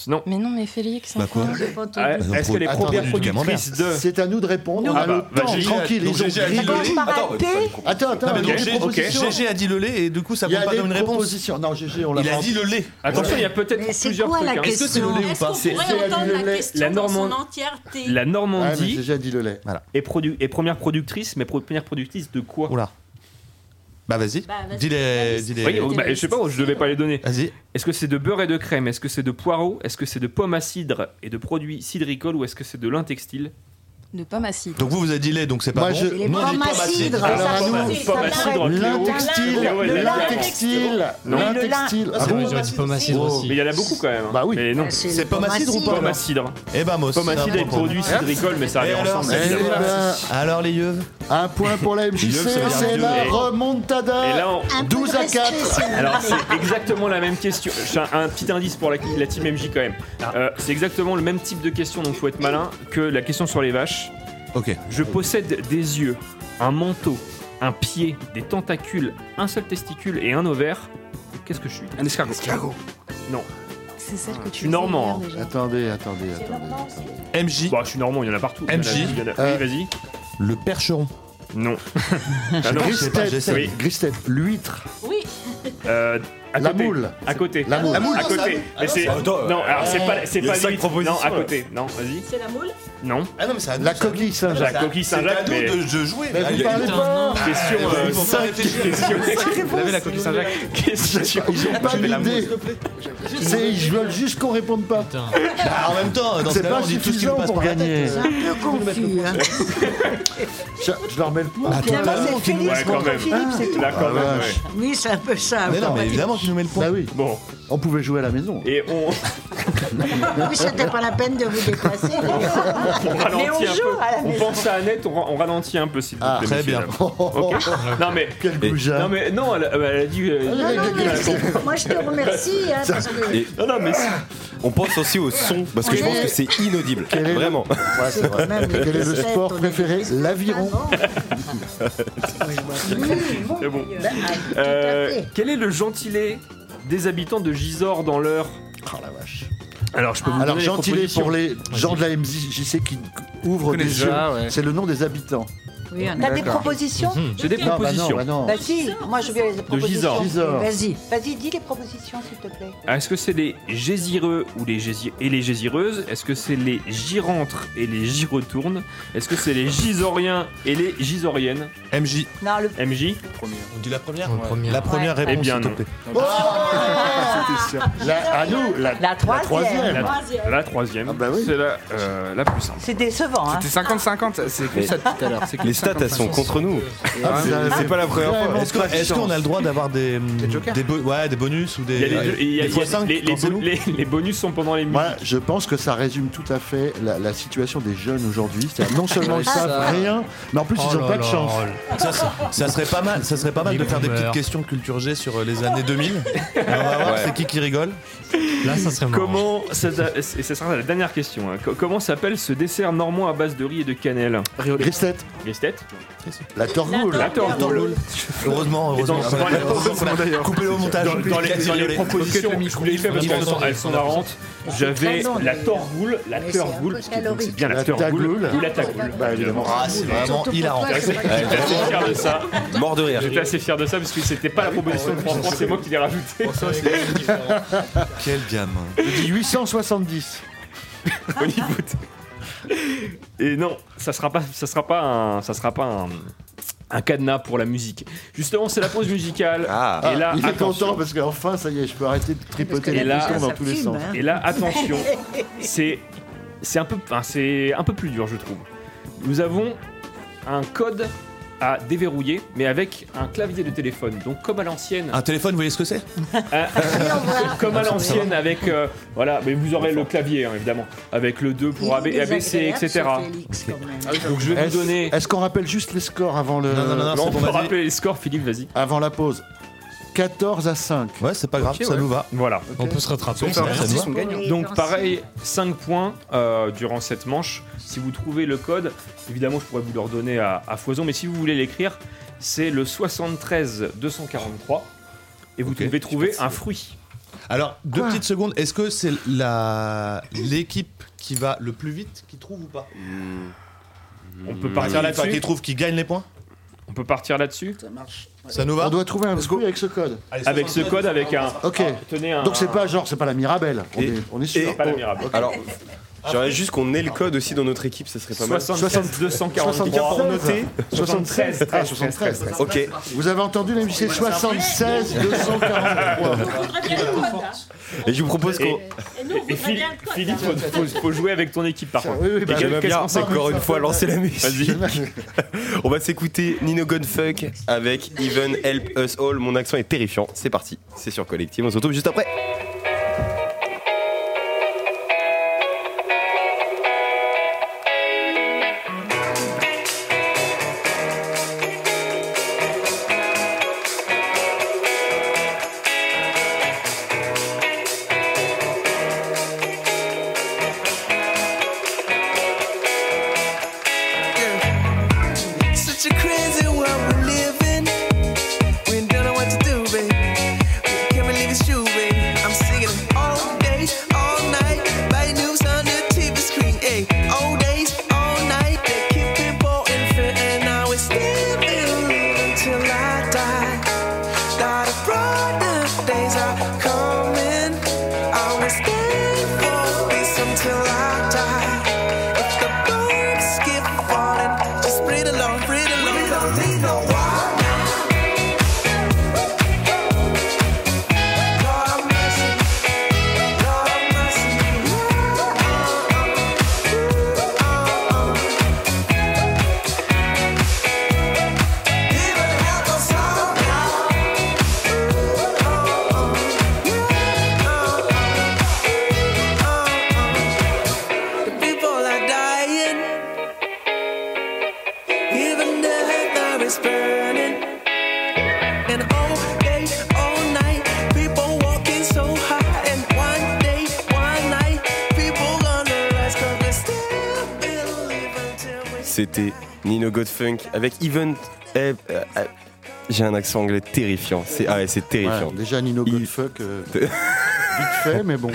Non.
Mais non, mais Félix.
Bah quoi
enfin.
Ah, Bah non, est-ce pro- qu'elle est
Attends,
première productrice de-
C'est à nous de répondre.
Non.
on a
Ah bah,
le temps,
vas-y.
tranquille,
Donc
ils ont
GG a dit
grillé.
le lait. Attends,
Attends, attends,
Non, mais donc,
il y a des
G-
propositions.
GG a dit le lait et du coup, ça
Il y
compte
a
pas
des
dans une réponse.
propositions. Non, GG, on l'a
Il a
pas
dit le
entendu.
lait.
Attention, il y a peut-être
Mais c'est
plusieurs
quoi la
trucs. hein.
question
Est-ce que c'est le lait ou
Est-ce
pas
qu'on
C'est-
pourrait
c'est
entendre
le
la
lait.
question
La
dans
Normandie-
son entièreté
La
Ouais, mais
Normandie
j'ai déjà dit le lait.
est, produ- est première productrice, mais pro- première productrice de quoi
Oula. Bah vas-y.
Bah, vas-y.
Dis les. Dis les...
Oui, bah, je sais pas, je devais pas les donner.
Vas-y.
Est-ce que c'est de beurre et de crème Est-ce que c'est de poireaux Est-ce que c'est de pommes à cidre et de produits cidricoles Ou est-ce que c'est de lin textile
De pommes acides.
Donc vous, vous avez dit lait, donc c'est pas
Moi,
bon.
je-
Les
Moi, j'ai
pommes
pas
à
ma
cidre,
cidre.
ça
pommes à
nous-
cidre, pommes à
ça
cidre,
nous-
Cléo.
L'intextile,
Cléo, elle l'a dit avant.
l'intextile,
Non. Mais le
l'intextile.
Ah bon
j'aurais dit pommes acides aussi.
Mais il y en a beaucoup quand même. hein.
Bah oui.
Mais non.
Ah,
Oh. C'est pommes à cidre ou pas
Pommes à cidre.
Eh ben, moi aussi.
Pommes à cidre et produits cidricoles, mais ça
Et
arrive
alors,
ensemble.
c'est-
Eh
évidemment.
ben,
Alors les yeux
un point pour la
Ils
MJC,
le savent,
c'est
ils
la
le-
Et là,
remontada.
on-
12 à 4.
Alors c'est exactement la même question. J'ai un, un petit indice pour la, la team MJ quand même.
Ah.
Euh, c'est exactement le même type de question, donc faut être malin que la question sur les vaches.
Ok.
Je possède des yeux, un manteau, un pied, des tentacules, un seul testicule et un ovaire. Qu'est-ce que je suis Un escargot. Non.
C'est celle que
Je
tu.
suis normand. hein.
Attendez, attendez, attendez.
MJ,
Bah, je suis normand, il y en a partout. Il y en a-
MJ.
il y en a-
Euh.
Oui, vas-y.
le percheron.
Non. Ah non.
Je sais pas,
Gristette,
j'essaie.
Oui.
Gristette, l'huître,
Oui,
Euh, à
la
côté.
moule.
À côté.
La moule.
À côté.
Ah,
Mais c'est.
Attends,
Non, alors c'est pas. C'est
il y a
pas
cinq
lui.
propositions,
Non, à
là.
côté. Non, vas-y.
c'est la moule.
Non.
Ah non, mais ça
La coquille Saint-Jacques.
La coquille
C'est à
Saint-Jacques,
nous
mais.
de de jouer.
Mais vous
Allez,
parlez pas
Question
euh,
euh,
faut pas
cinq
réfléchir.
questions.
J'avais la coquille Saint-Jacques.
Question.
Ils ont pas l'idée. C'est- Ils veulent juste qu'on réponde pas.
Putain.
Bah, en même temps, dans ce
C'est
cas-là,
pas
on dit tout ce qui nous
suffisant
passe
pour
par la tête.
gagner.
C'est un peu confus. hein.
Je, je leur mets le point.
Ah,
Finalement,
totalement
c'est
qu'il nous
Félix
Ouais, quand
contre
même.
Philippe, c'est tout.
Là, quand
Ah,
même,
vache.
ouais.
Oui, c'est un peu ça.
Mais non, mais
oui.
évidemment qu'il nous met le point.
Bah oui,
Bon,
on pouvait jouer à la maison.
et on,
Ah Oui, c'était pas la peine de vous dépasser.
on ralentit
on
un
joue
peu.
à la
On
maison.
pense à Annette, on, ra- on ralentit un peu, s'il vous plaît.
Ah,
très
messieurs,
bien.
dames. Ok. Non, mais.
Quel
Et-
goujat.
Non, mais non, elle, a- elle a dit. euh,
Non, non, mais
elle a-
c'est- moi je te remercie. hein, parce que Ah,
Et
Non, non, mais c'est-
on pense aussi au son, parce que je pense que c'est inaudible.
Quel est le-
Vraiment.
Ouais, c'est vrai.
Même les
Quel est le
grosses
sport
têtes, on
préféré
est-
L'aviron.
c'est bon.
Bah, tout à
Euh,
fait.
quel est le gentilé des habitants de Gisors dans l'heure
Oh la vache.
Alors, je peux vous
Alors,
donner les
gentilé
propositions.
pour les gens de la MJC qui ouvrent
connaissez
des yeux.
déjà, ouais.
C'est le nom des habitants.
Oui, on
T'as
a-
des propositions
J'ai des
Non, bah non,
propositions.
bah non.
Vas-y, moi je veux les propositions.
Gisors.
Gisors.
Vas-y.
Vas-y, dis les propositions s'il te plaît.
Ah, Est-ce que c'est les gésireux ou les gési- et les gésireuses Est-ce que c'est les girentres et les giretournes Est-ce que c'est les gisoriens et les gisoriennes
MJ,
Non, le
MJ
on dit la première
Ouais. première.
La première
Eh
réponse,
bien
s'il te
non.
plaît.
La, à nous, la,
La troisième.
troisième.
La, la troisième,
Ah bah oui.
c'est la, euh, la plus simple.
C'est décevant, hein.
C'était 50-50, c'est que
Mais-
ça depuis tout à l'heure. c'est que
Les stats, elles sont
55.
contre nous.
Ah, vous avez
C'est pas la première fois.
vraiment
Est-ce que-
pas de
est-ce qu'on a le droit d'avoir des, hum,
jokers
des, bo- ouais, des bonus ou des,
Il y a les, deux- il y a-
des
il y a-
fois cinq,
les- les
quand c'est
bo-
nous
les- les bonus sont pendant les musiques.
Moi, je pense que ça résume tout à fait la, la situation des jeunes aujourd'hui. C'est-à-dire, Non seulement ils
Ah,
savent
ça.
rien, mais en plus ils
Oh
n'ont
là
pas de
là.
chance.
ça, se- ça serait pas mal, ça serait pas mal
Les
de faire des
boomers.
petites questions culture G sur euh, les années 2000. Et on va voir
Ouais.
c'est qui qui rigole
Là, ça serait marrant.
Comment, ça, et ça sera la dernière question, hein. Co- comment s'appelle ce dessert normand à base de riz et de cannelle
Gristette.
Gristette
La torgoule.
La torgoule.
Heureusement, heureusement.
Dans- dans les-
Coupez-le au montage.
Dans, dans les, dans les propositions, je vous les fais parce qu'elles sont, elles sont marrantes. J'avais la torgoule, la torgoule, parce que donc c'est bien la
La
torgoule
tagoule.
ou la tagoule.
Bah, évidemment.
Ah, c'est vraiment hilarant.
Ouais, c'est- J'étais assez fier de ça.
Mort de rire.
J'étais assez fier de ça parce que c'était pas la proposition de François, Oh, c'est moi qui l'ai rajouté.
Quel gamin.
Je dis 870.
Et non, ça sera pas, ça sera pas un, ça sera pas un, un cadenas pour la musique. Justement, c'est la pause musicale.
Ah,
et là,
il est
attention.
content parce qu'enfin, ça y est, je peux arrêter de tripoter
Et
les
là-
questions dans
ça
tous les
fume,
sens.
hein. Et là, attention, c'est c'est un peu, enfin, c'est un peu plus dur, je trouve. Nous avons un code à déverrouiller, mais avec un clavier de téléphone. Donc comme à l'ancienne.
Un téléphone, vous voyez ce que c'est
Ah, comme à l'ancienne avec euh, voilà mais vous aurez le clavier hein, évidemment avec le 2 pour AB, ABC etc donc je vais vous
Est-ce-
donner
Est-ce qu'on rappelle juste les scores avant le.
Non, non, non,
Non,
non, c'est
on
bon,
peut
vas-y.
rappeler les scores Philippe vas-y
Avant la pause. 14 à 5.
Ouais, c'est pas grave,
Ok,
ça
ouais.
nous va.
Voilà.
On peut se rattraper. ça, ça nous va.
Donc pareil, 5 points euh, durant cette manche. Si vous trouvez le code, évidemment je pourrais vous le redonner à, à foison, mais si vous voulez l'écrire, c'est le 73 243 et vous
Ok,
devez trouver un fruit.
Alors, deux petites secondes, est-ce que c'est la l'équipe qui va le plus vite qui trouve ou pas
Hmm.
On peut
Mmh.
Enfin, qui-
partir
enfin, qui
là-dessus.
trouve, qui gagne les points
On peut partir là-dessus
Ça nous
On
va
doit trouver un fruit avec ce code.
avec ce code avec un
Ok.
ah, tenez un
Donc c'est pas genre, c'est pas la Mirabelle. On,
Et-
est, on est sûr.
et-
pas la miracle.
Alors, j'aurais juste qu'on ait le code aussi dans notre équipe, ça serait pas mal.
73 243
73.
pour noter
73. Ah, 73.
Ok.
Vous avez entendu, même si c'est 76, 243.
Et je vous propose qu'on.
Et Phil- Philippe, faut, faut- faut jouer avec ton équipe par contre.
Oui, oui, bah,
Et quel-
J'aimerais
qu'est-ce
bien
qu'on s'écoute
encore une fois lancer la musique.
Vas-y.
On va s'écouter Nino Gunfuck avec Even Help Us All. Mon accent est terrifiant. C'est parti. C'est sur Collective. On se retrouve juste après.
Such a crazy world we live in. We don't know what to do, babe. We can't believe it's true, babe. I'm singing all day, all night. Bad news on the TV screen, ayy. All days, all night. They keep it pouring, fit, and now it's living until I die. That the brighter days are coming. I will stand for peace until I die. If the birds keep falling, just breathe along, breathe along. We don't need no war now. Lord have mercy. Lord have mercy. Even help us all now. The people are dying. Even the fire is burning. And all day, all night, people walking so high. And one day, one night, people gonna rise 'cause they still believe until we
C'était Nino Godfunk avec Even. Help- euh, euh, J'ai un accent anglais terrifiant. C'est ah ouais, c'est terrifiant.
Ouais, déjà, Nino
Il-
Godfuck, euh, vite fait, mais bon.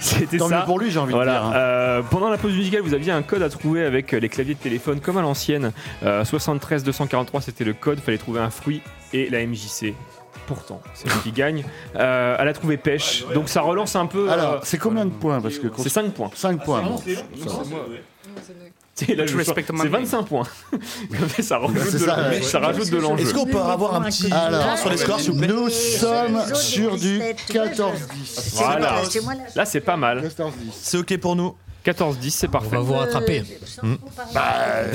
C'était
Tant
ça.
mieux pour lui, j'ai envie
Voilà.
de dire. hein.
Euh, pendant la pause musicale, vous aviez un code à trouver avec euh, les claviers de téléphone comme à l'ancienne. Euh, 73 243, c'était le code. Fallait trouver un fruit et la MJC. Pourtant, c'est elle qui gagne. Euh, elle a trouvé pêche. Donc ça relance un peu. euh,
Alors, c'est combien de points Parce que
c'est 5 points.
5 points. bon.
C'est là, je-
respect
c'est 25 points. Comme ça, ça rajoute
C'est
de
ça,
l'en-
ouais.
ça rajoute de l'enjeu.
Est-ce qu'on peut avoir un petit point
Alors,
sur les scores, s'il vous plaît
nous sommes
jaune,
sur du
dix-sept,
14-10.
Voilà.
C'est moi, là.
Là, c'est pas mal.
14-10.
C'est ok pour nous
14-10, c'est
On
parfait.
va vous rattraper.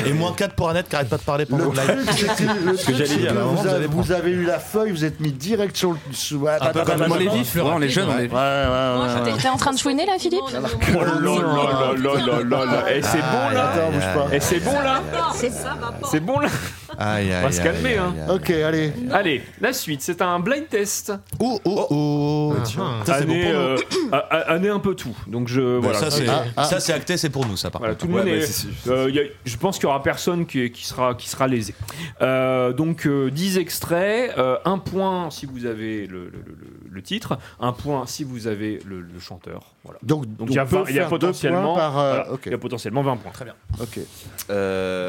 Et moins 4 pour Annette qui arrête pas de parler
Le
pendant le live.
truc, c'est que, le truc,
j'allais
c'est
dire,
que
à un moment,
vous,
vous
avez,
allez
vous
prendre.
avez eu la feuille, vous êtes mis direct sur le. Sous, Ah, bah, ouais,
peu comme
ouais,
moi,
On
ouais,
est
ouais,
vif, ouais, on est jeunes, on est vifs.
ouais, ouais.
T'es en train de chouiner là, Philippe
Oh là là là là là là là. Et c'est bon
Attends,
Ah,
là
bouge pas.
Et c'est bon là
C'est ça, ma
C'est bon là
Aïe, aïe,
On va se
aïe,
calmer,
aïe,
hein.
aïe, aïe.
bah, Ok, allez.
Allez, la suite, c'est un blind test.
Oh, oh, oh. Tiens. Ça, c'est bon
année,
pour
euh,
nous.
a- a- année un peu tout. Donc je
Ben,
voilà.
ça, c'est
Ah, ah.
ça, c'est acté, c'est pour nous, ça, par
Voilà,
contre.
tout le monde
Ouais,
est-
bah, c'est-
euh, y a- je pense qu'il y aura personne qui, qui sera, qui sera lésé. Euh, donc euh, 10 extraits, euh, un point si vous avez le, le- le- le titre, un point si vous avez le, le chanteur. Voilà.
Donc,
il y a,
on peut
vingt- il y a
faire deux
potentiellement,
points par, euh,
voilà,
ok.
il y a potentiellement 20 points. Très bien.
Ok.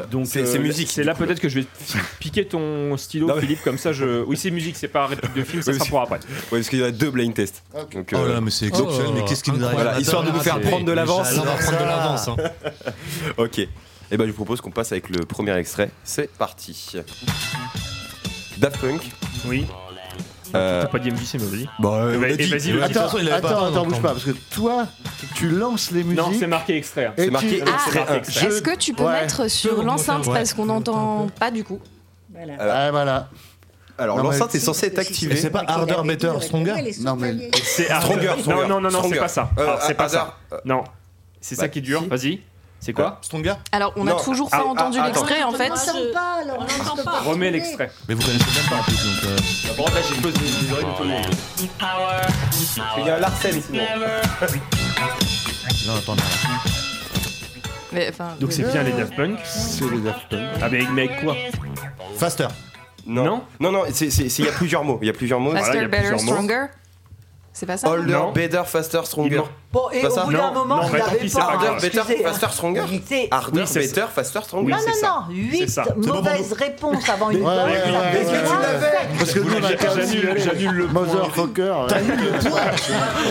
Donc
c'est-
euh,
c'est musique,
C'est
du
là
coup,
peut-être que je vais piquer ton stylo, Philippe, comme ça je. Oui, c'est musique, c'est pas réplique de film, ça
Oui, parce-
sera pour après.
Ouais, parce qu'il y en a deux blind tests. Donc,
Oh là là, mais c'est exceptionnel, mais qu'est-ce qui nous arrive
Voilà,
à
histoire de
Madonna,
nous faire
c'est-
prendre de
mais
l'avance.
ça va prendre de l'avance, hein.
ok. Et ben, je vous propose qu'on passe avec le premier extrait. C'est parti. Daft Punk.
Oui.
Euh,
T'as pas dit MJC, mais vas-y.
Bah,
Eh ben,
on a
eh,
dit.
vas-y,
De toute
vas-y.
Attends, attends, attends, bouge pas, parce que toi, tu lances les musiques.
Non, c'est marqué extrait.
Et tu-
Ah, Est-ce que tu peux
Ouais.
mettre sur l'enceinte
Ouais.
parce qu'on n'entend pas du coup
Ah, voilà.
Alors, l'enceinte est censée être activée.
c'est pas harder, better, stronger
Non, mais.
C'est
Stronger, stronger,
Non, non, non, non, c'est
stronger.
pas ça.
Euh,
Ah, c'est pas
hasard.
ça. Non. C'est ça
bah,
qui est dur. Vas-y. C'est quoi
Stronger
Alors on a
Non.
toujours pas
Ah,
entendu
ah, attends.
l'extrait en fait.
On n'entend pas, alors on n'entend pas.
Bah, Remets l'extrait.
Mais vous connaissez même pas en plus, donc. euh,
là, j'ai posé les oreilles Il y a Larsen sinon.
Non, attends, non, là.
Mais, enfin,
Donc
oui.
c'est bien les Daft Punk. C'est les Daft Punk. Ah, mais mais avec quoi
Faster.
Non. Non, non, c'est- c'est- c'est- il y a plusieurs mots. Il y a plusieurs mots.
Faster,
Voilà, il y a
better,
plusieurs mots.
stronger. C'est pas ça
Older, better, faster, stronger.
Bon, et
Pas
au
ça
bout d'un
Non,
moment,
non,
vous
bah, tant
n'avez
pis,
pas.
c'est harder,
hein,
better,
excusez,
faster,
hein.
stronger.
Vérité.
Harder,
Oui, c'est ça.
better, faster, stronger.
Non,
Ah, c'est ça.
non, non, 8
ça. C'est bon
mauvaises réponses avant une
Ouais,
bonne.
ouais, ouais, ouais,
Est-ce que tu
ouais.
l'avais
Parce que
Vous
nous, on
l'avez-
a perdu.
j'annule- j'annule le point.
Motherfucker.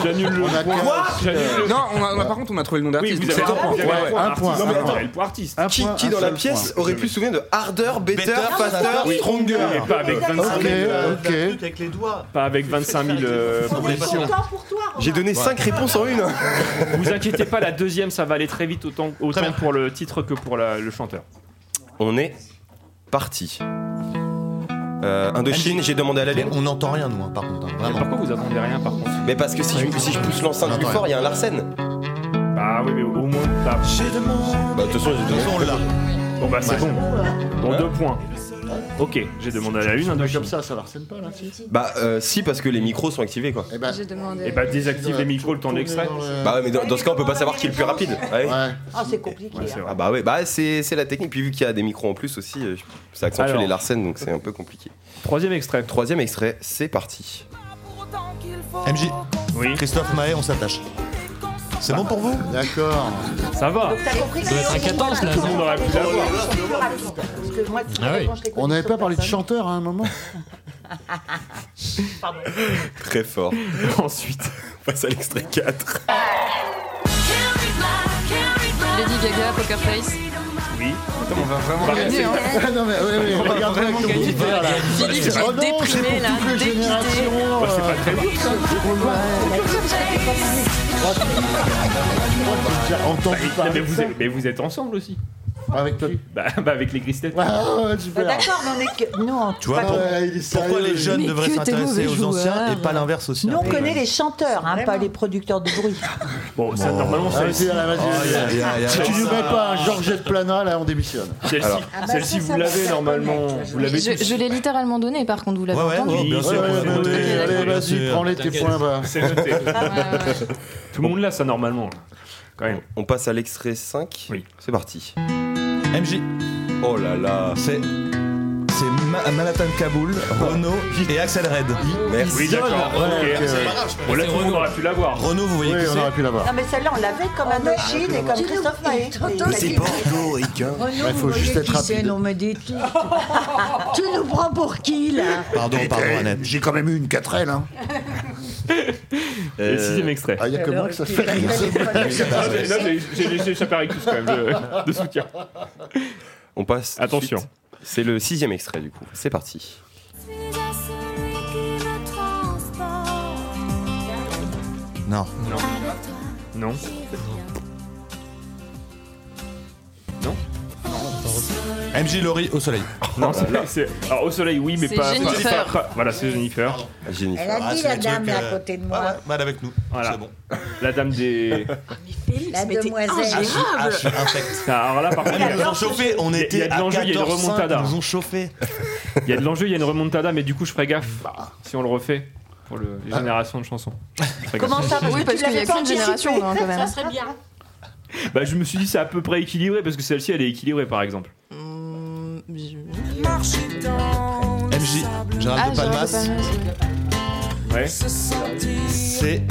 J'annule le
On a
point.
Quoi
J'annule le
Non,
point.
on a- on a- par contre, on a trouvé le nom
Oui,
d'artiste.
vous
donc
avez un
c'est
point. vous avez
Ouais, un point.
artiste.
un
Non, mais
point.
attends, pour artiste.
Un
Qui,
point,
qui
un
dans la
seul
pièce
point.
aurait pu se souvenir de harder, better,
Better,
faster,
faster,
stronger
Mais pas avec 25
Ok,
000.
ok.
avec les doigts.
Pas avec 25 000 euh,
On est
propositions.
content pour toi, Romain.
J'ai donné 5 réponses en une.
Vous inquiétez pas, la deuxième, ça va aller très vite, autant, autant pour le titre que pour la- le chanteur.
On est parti. Euh, Indochine, j'ai demandé à la
Mais
lune.
on n'entend rien, nous, hein, par contre, hein,
Mais
vraiment.
Pourquoi vous attendez rien par contre
Mais parce que si je, si je pousse l'enceinte plus fort, il y a un Larsen.
Bah oui, mais au moins. bah,
Bah, de toute façon, j'ai
De toute façon, on l'a.
Bon, bah c'est bon. Bon,
Ouais.
deux points. Ok, j'ai demandé à la hein, lune, un
Mais
deux
comme ça, ça leur scène pas, là, si.
Bah, euh, si, parce que les micros sont activés quoi.
Eh ben,
J'ai demandé.
Et bah désactive les micros le temps de l'extrait.
Bah, ouais, mais dans, dans ce cas, on peut pas savoir qui est le plus rapide. Ouais.
Ouais.
Ah, c'est compliqué.
Ouais, c'est
hein.
Ah, bah, ouais, bah, c'est c'est la technique. Puis, vu qu'il y a des micros en plus aussi, euh, ça accentue
Alors.
les Larsen, donc c'est un peu compliqué.
Troisième extrait.
Troisième extrait, c'est parti.
MJ,
Oui,
Christophe Maé, on s'attache. C'est bon pour vous
D'accord.
ça va.
Donc, t'as compris que
doit être à
c'est
14, là,
plus
Tout le monde aurait pu l'avoir.
rapide. Parce que moi, toutes les
Ah oui.
réponses, je les connais
On n'avait
sauf
pas parlé de
personne.
chanteur à un moment
Très fort.
Ensuite,
On passe à l'extrait 4.
Lady Gaga, Poker Face.
oui.
On va vraiment
Bah,
gagner. hein.
Ah non, mais oui, oui, regarde
vraiment
avec ton
gagner.
bouton, là.
Philippe,
Oh
il est
non, c'est pour
déprimé,
toutes
là,
les
dépité.
générations,
Bah, c'est
euh,
pas très dur.
J'ai entendu
Non, mais,
parler de
vous
ça.
êtes, mais vous êtes ensemble aussi.
Avec toi.
Bah, bah, avec les grises têtes.
Ah, ouais,
Bah,
super.
D'accord, mais on est que. Nous, on-
Tu vois,
Ah
pour-
ouais, il est
pourquoi
sérieux,
les
lui.
jeunes
Mais
devraient
que t'es
s'intéresser
mauvais
aux anciens
joueur.
et pas l'inverse aussi
Nous,
hein.
on connaît les chanteurs, hein, pas les producteurs de bruit.
Bon, ça normalement
Ah,
c'est
vas-y, allez, vas-y, vas-y.
Aïe, aïe, aïe.
Si tu lui mets pas un Georgette Plana, là, on démissionne.
celle-ci.
Alors.
Ah bah
Celle-ci
ça, ça
vous
va
l'avez
faire
normalement.
connaître.
Vous l'avez
Je,
tous.
je l'ai littéralement donné par contre, vous l'avez
Ouais, ouais,
entendu
ouais, bien
Oui,
Ouais,
sûr.
ouais,
on
c'est
s'est
ouais,
noté,
ouais,
noté.
allez, vas-y,
C'est-
prends-les tes
t'inquiète.
points, va.
C'est noté.
Ah, ouais, ouais, ouais.
Tout le monde là, ça normalement. là. Quand même.
On passe à l'extrait 5.
Oui.
C'est parti.
MJ,
Oh là là.
c'est. C'est Ma- Manhattan Kaboul, Renault et Axel Red.
Merci.
Oui, d'accord.
Ouais,
ok.
ok, ouais.
Bon, là, tout le monde aurait pu l'avoir.
Renault, vous voyez
Oui,
qui
on aurait
c'est
pu l'avoir.
Non, mais celle-là, on l'avait
Oh,
comme Indochine et comme Christophe Maé.
Mais c'est
Bordeaux, Ricain.
Renaud,
Ouais, faut
vous
juste
voyez
être
qui c'est,
rapide.
non mais des tout. Tu nous prends pour qui, là
Pardon, pardon,
Eh,
Annette.
J'ai quand même eu une 4L. Hein.
Et sixième extrait.
Ah, il y a que moi que ça fait rire.
Euh. Ah, mais là, j'ai- j'ai léché échappé avec tous quand même de, de soutien.
On passe. tout de
Attention.
suite. C'est le sixième extrait du coup. C'est parti.
Non.
Non.
MJ MJ Laurie au soleil.
Non, c'est- c'est- alors, au soleil, oui, mais
C'est
pas.
Jennifer.
pas- pas- Voilà, c'est Jennifer.
Jennifer.
Elle a dit la dame est
euh,
à côté de moi.
Mal avec nous. C'est bon.
La dame des.
La
mais t'es
Ah,
demoiselle.
ingérable.
Ah, Alors là, par contre,
Ils nous ont chauffés, on
il y a-
était
il y a de
à
l'enjeu, il y a une
14,
remontada.
ils nous ont chauffés.
Il y a de l'enjeu, il y a une remontada, mais du coup, je ferai gaffe si on le refait pour le- les générations de chansons. Je ferai gaffe.
Comment ça Parce
Oui,
que
parce
tu
qu'il y
l'avais
a
pas
qu'une génération,
anticipé.
hein, quand
Ça
même.
serait bien.
Bah, je me suis dit, c'est à peu près équilibré parce que celle-ci, elle est équilibrée, par exemple.
MJ, Gérald
Ah,
de
Gérald
Palmas.
de Palmas,
Ouais.
C'est.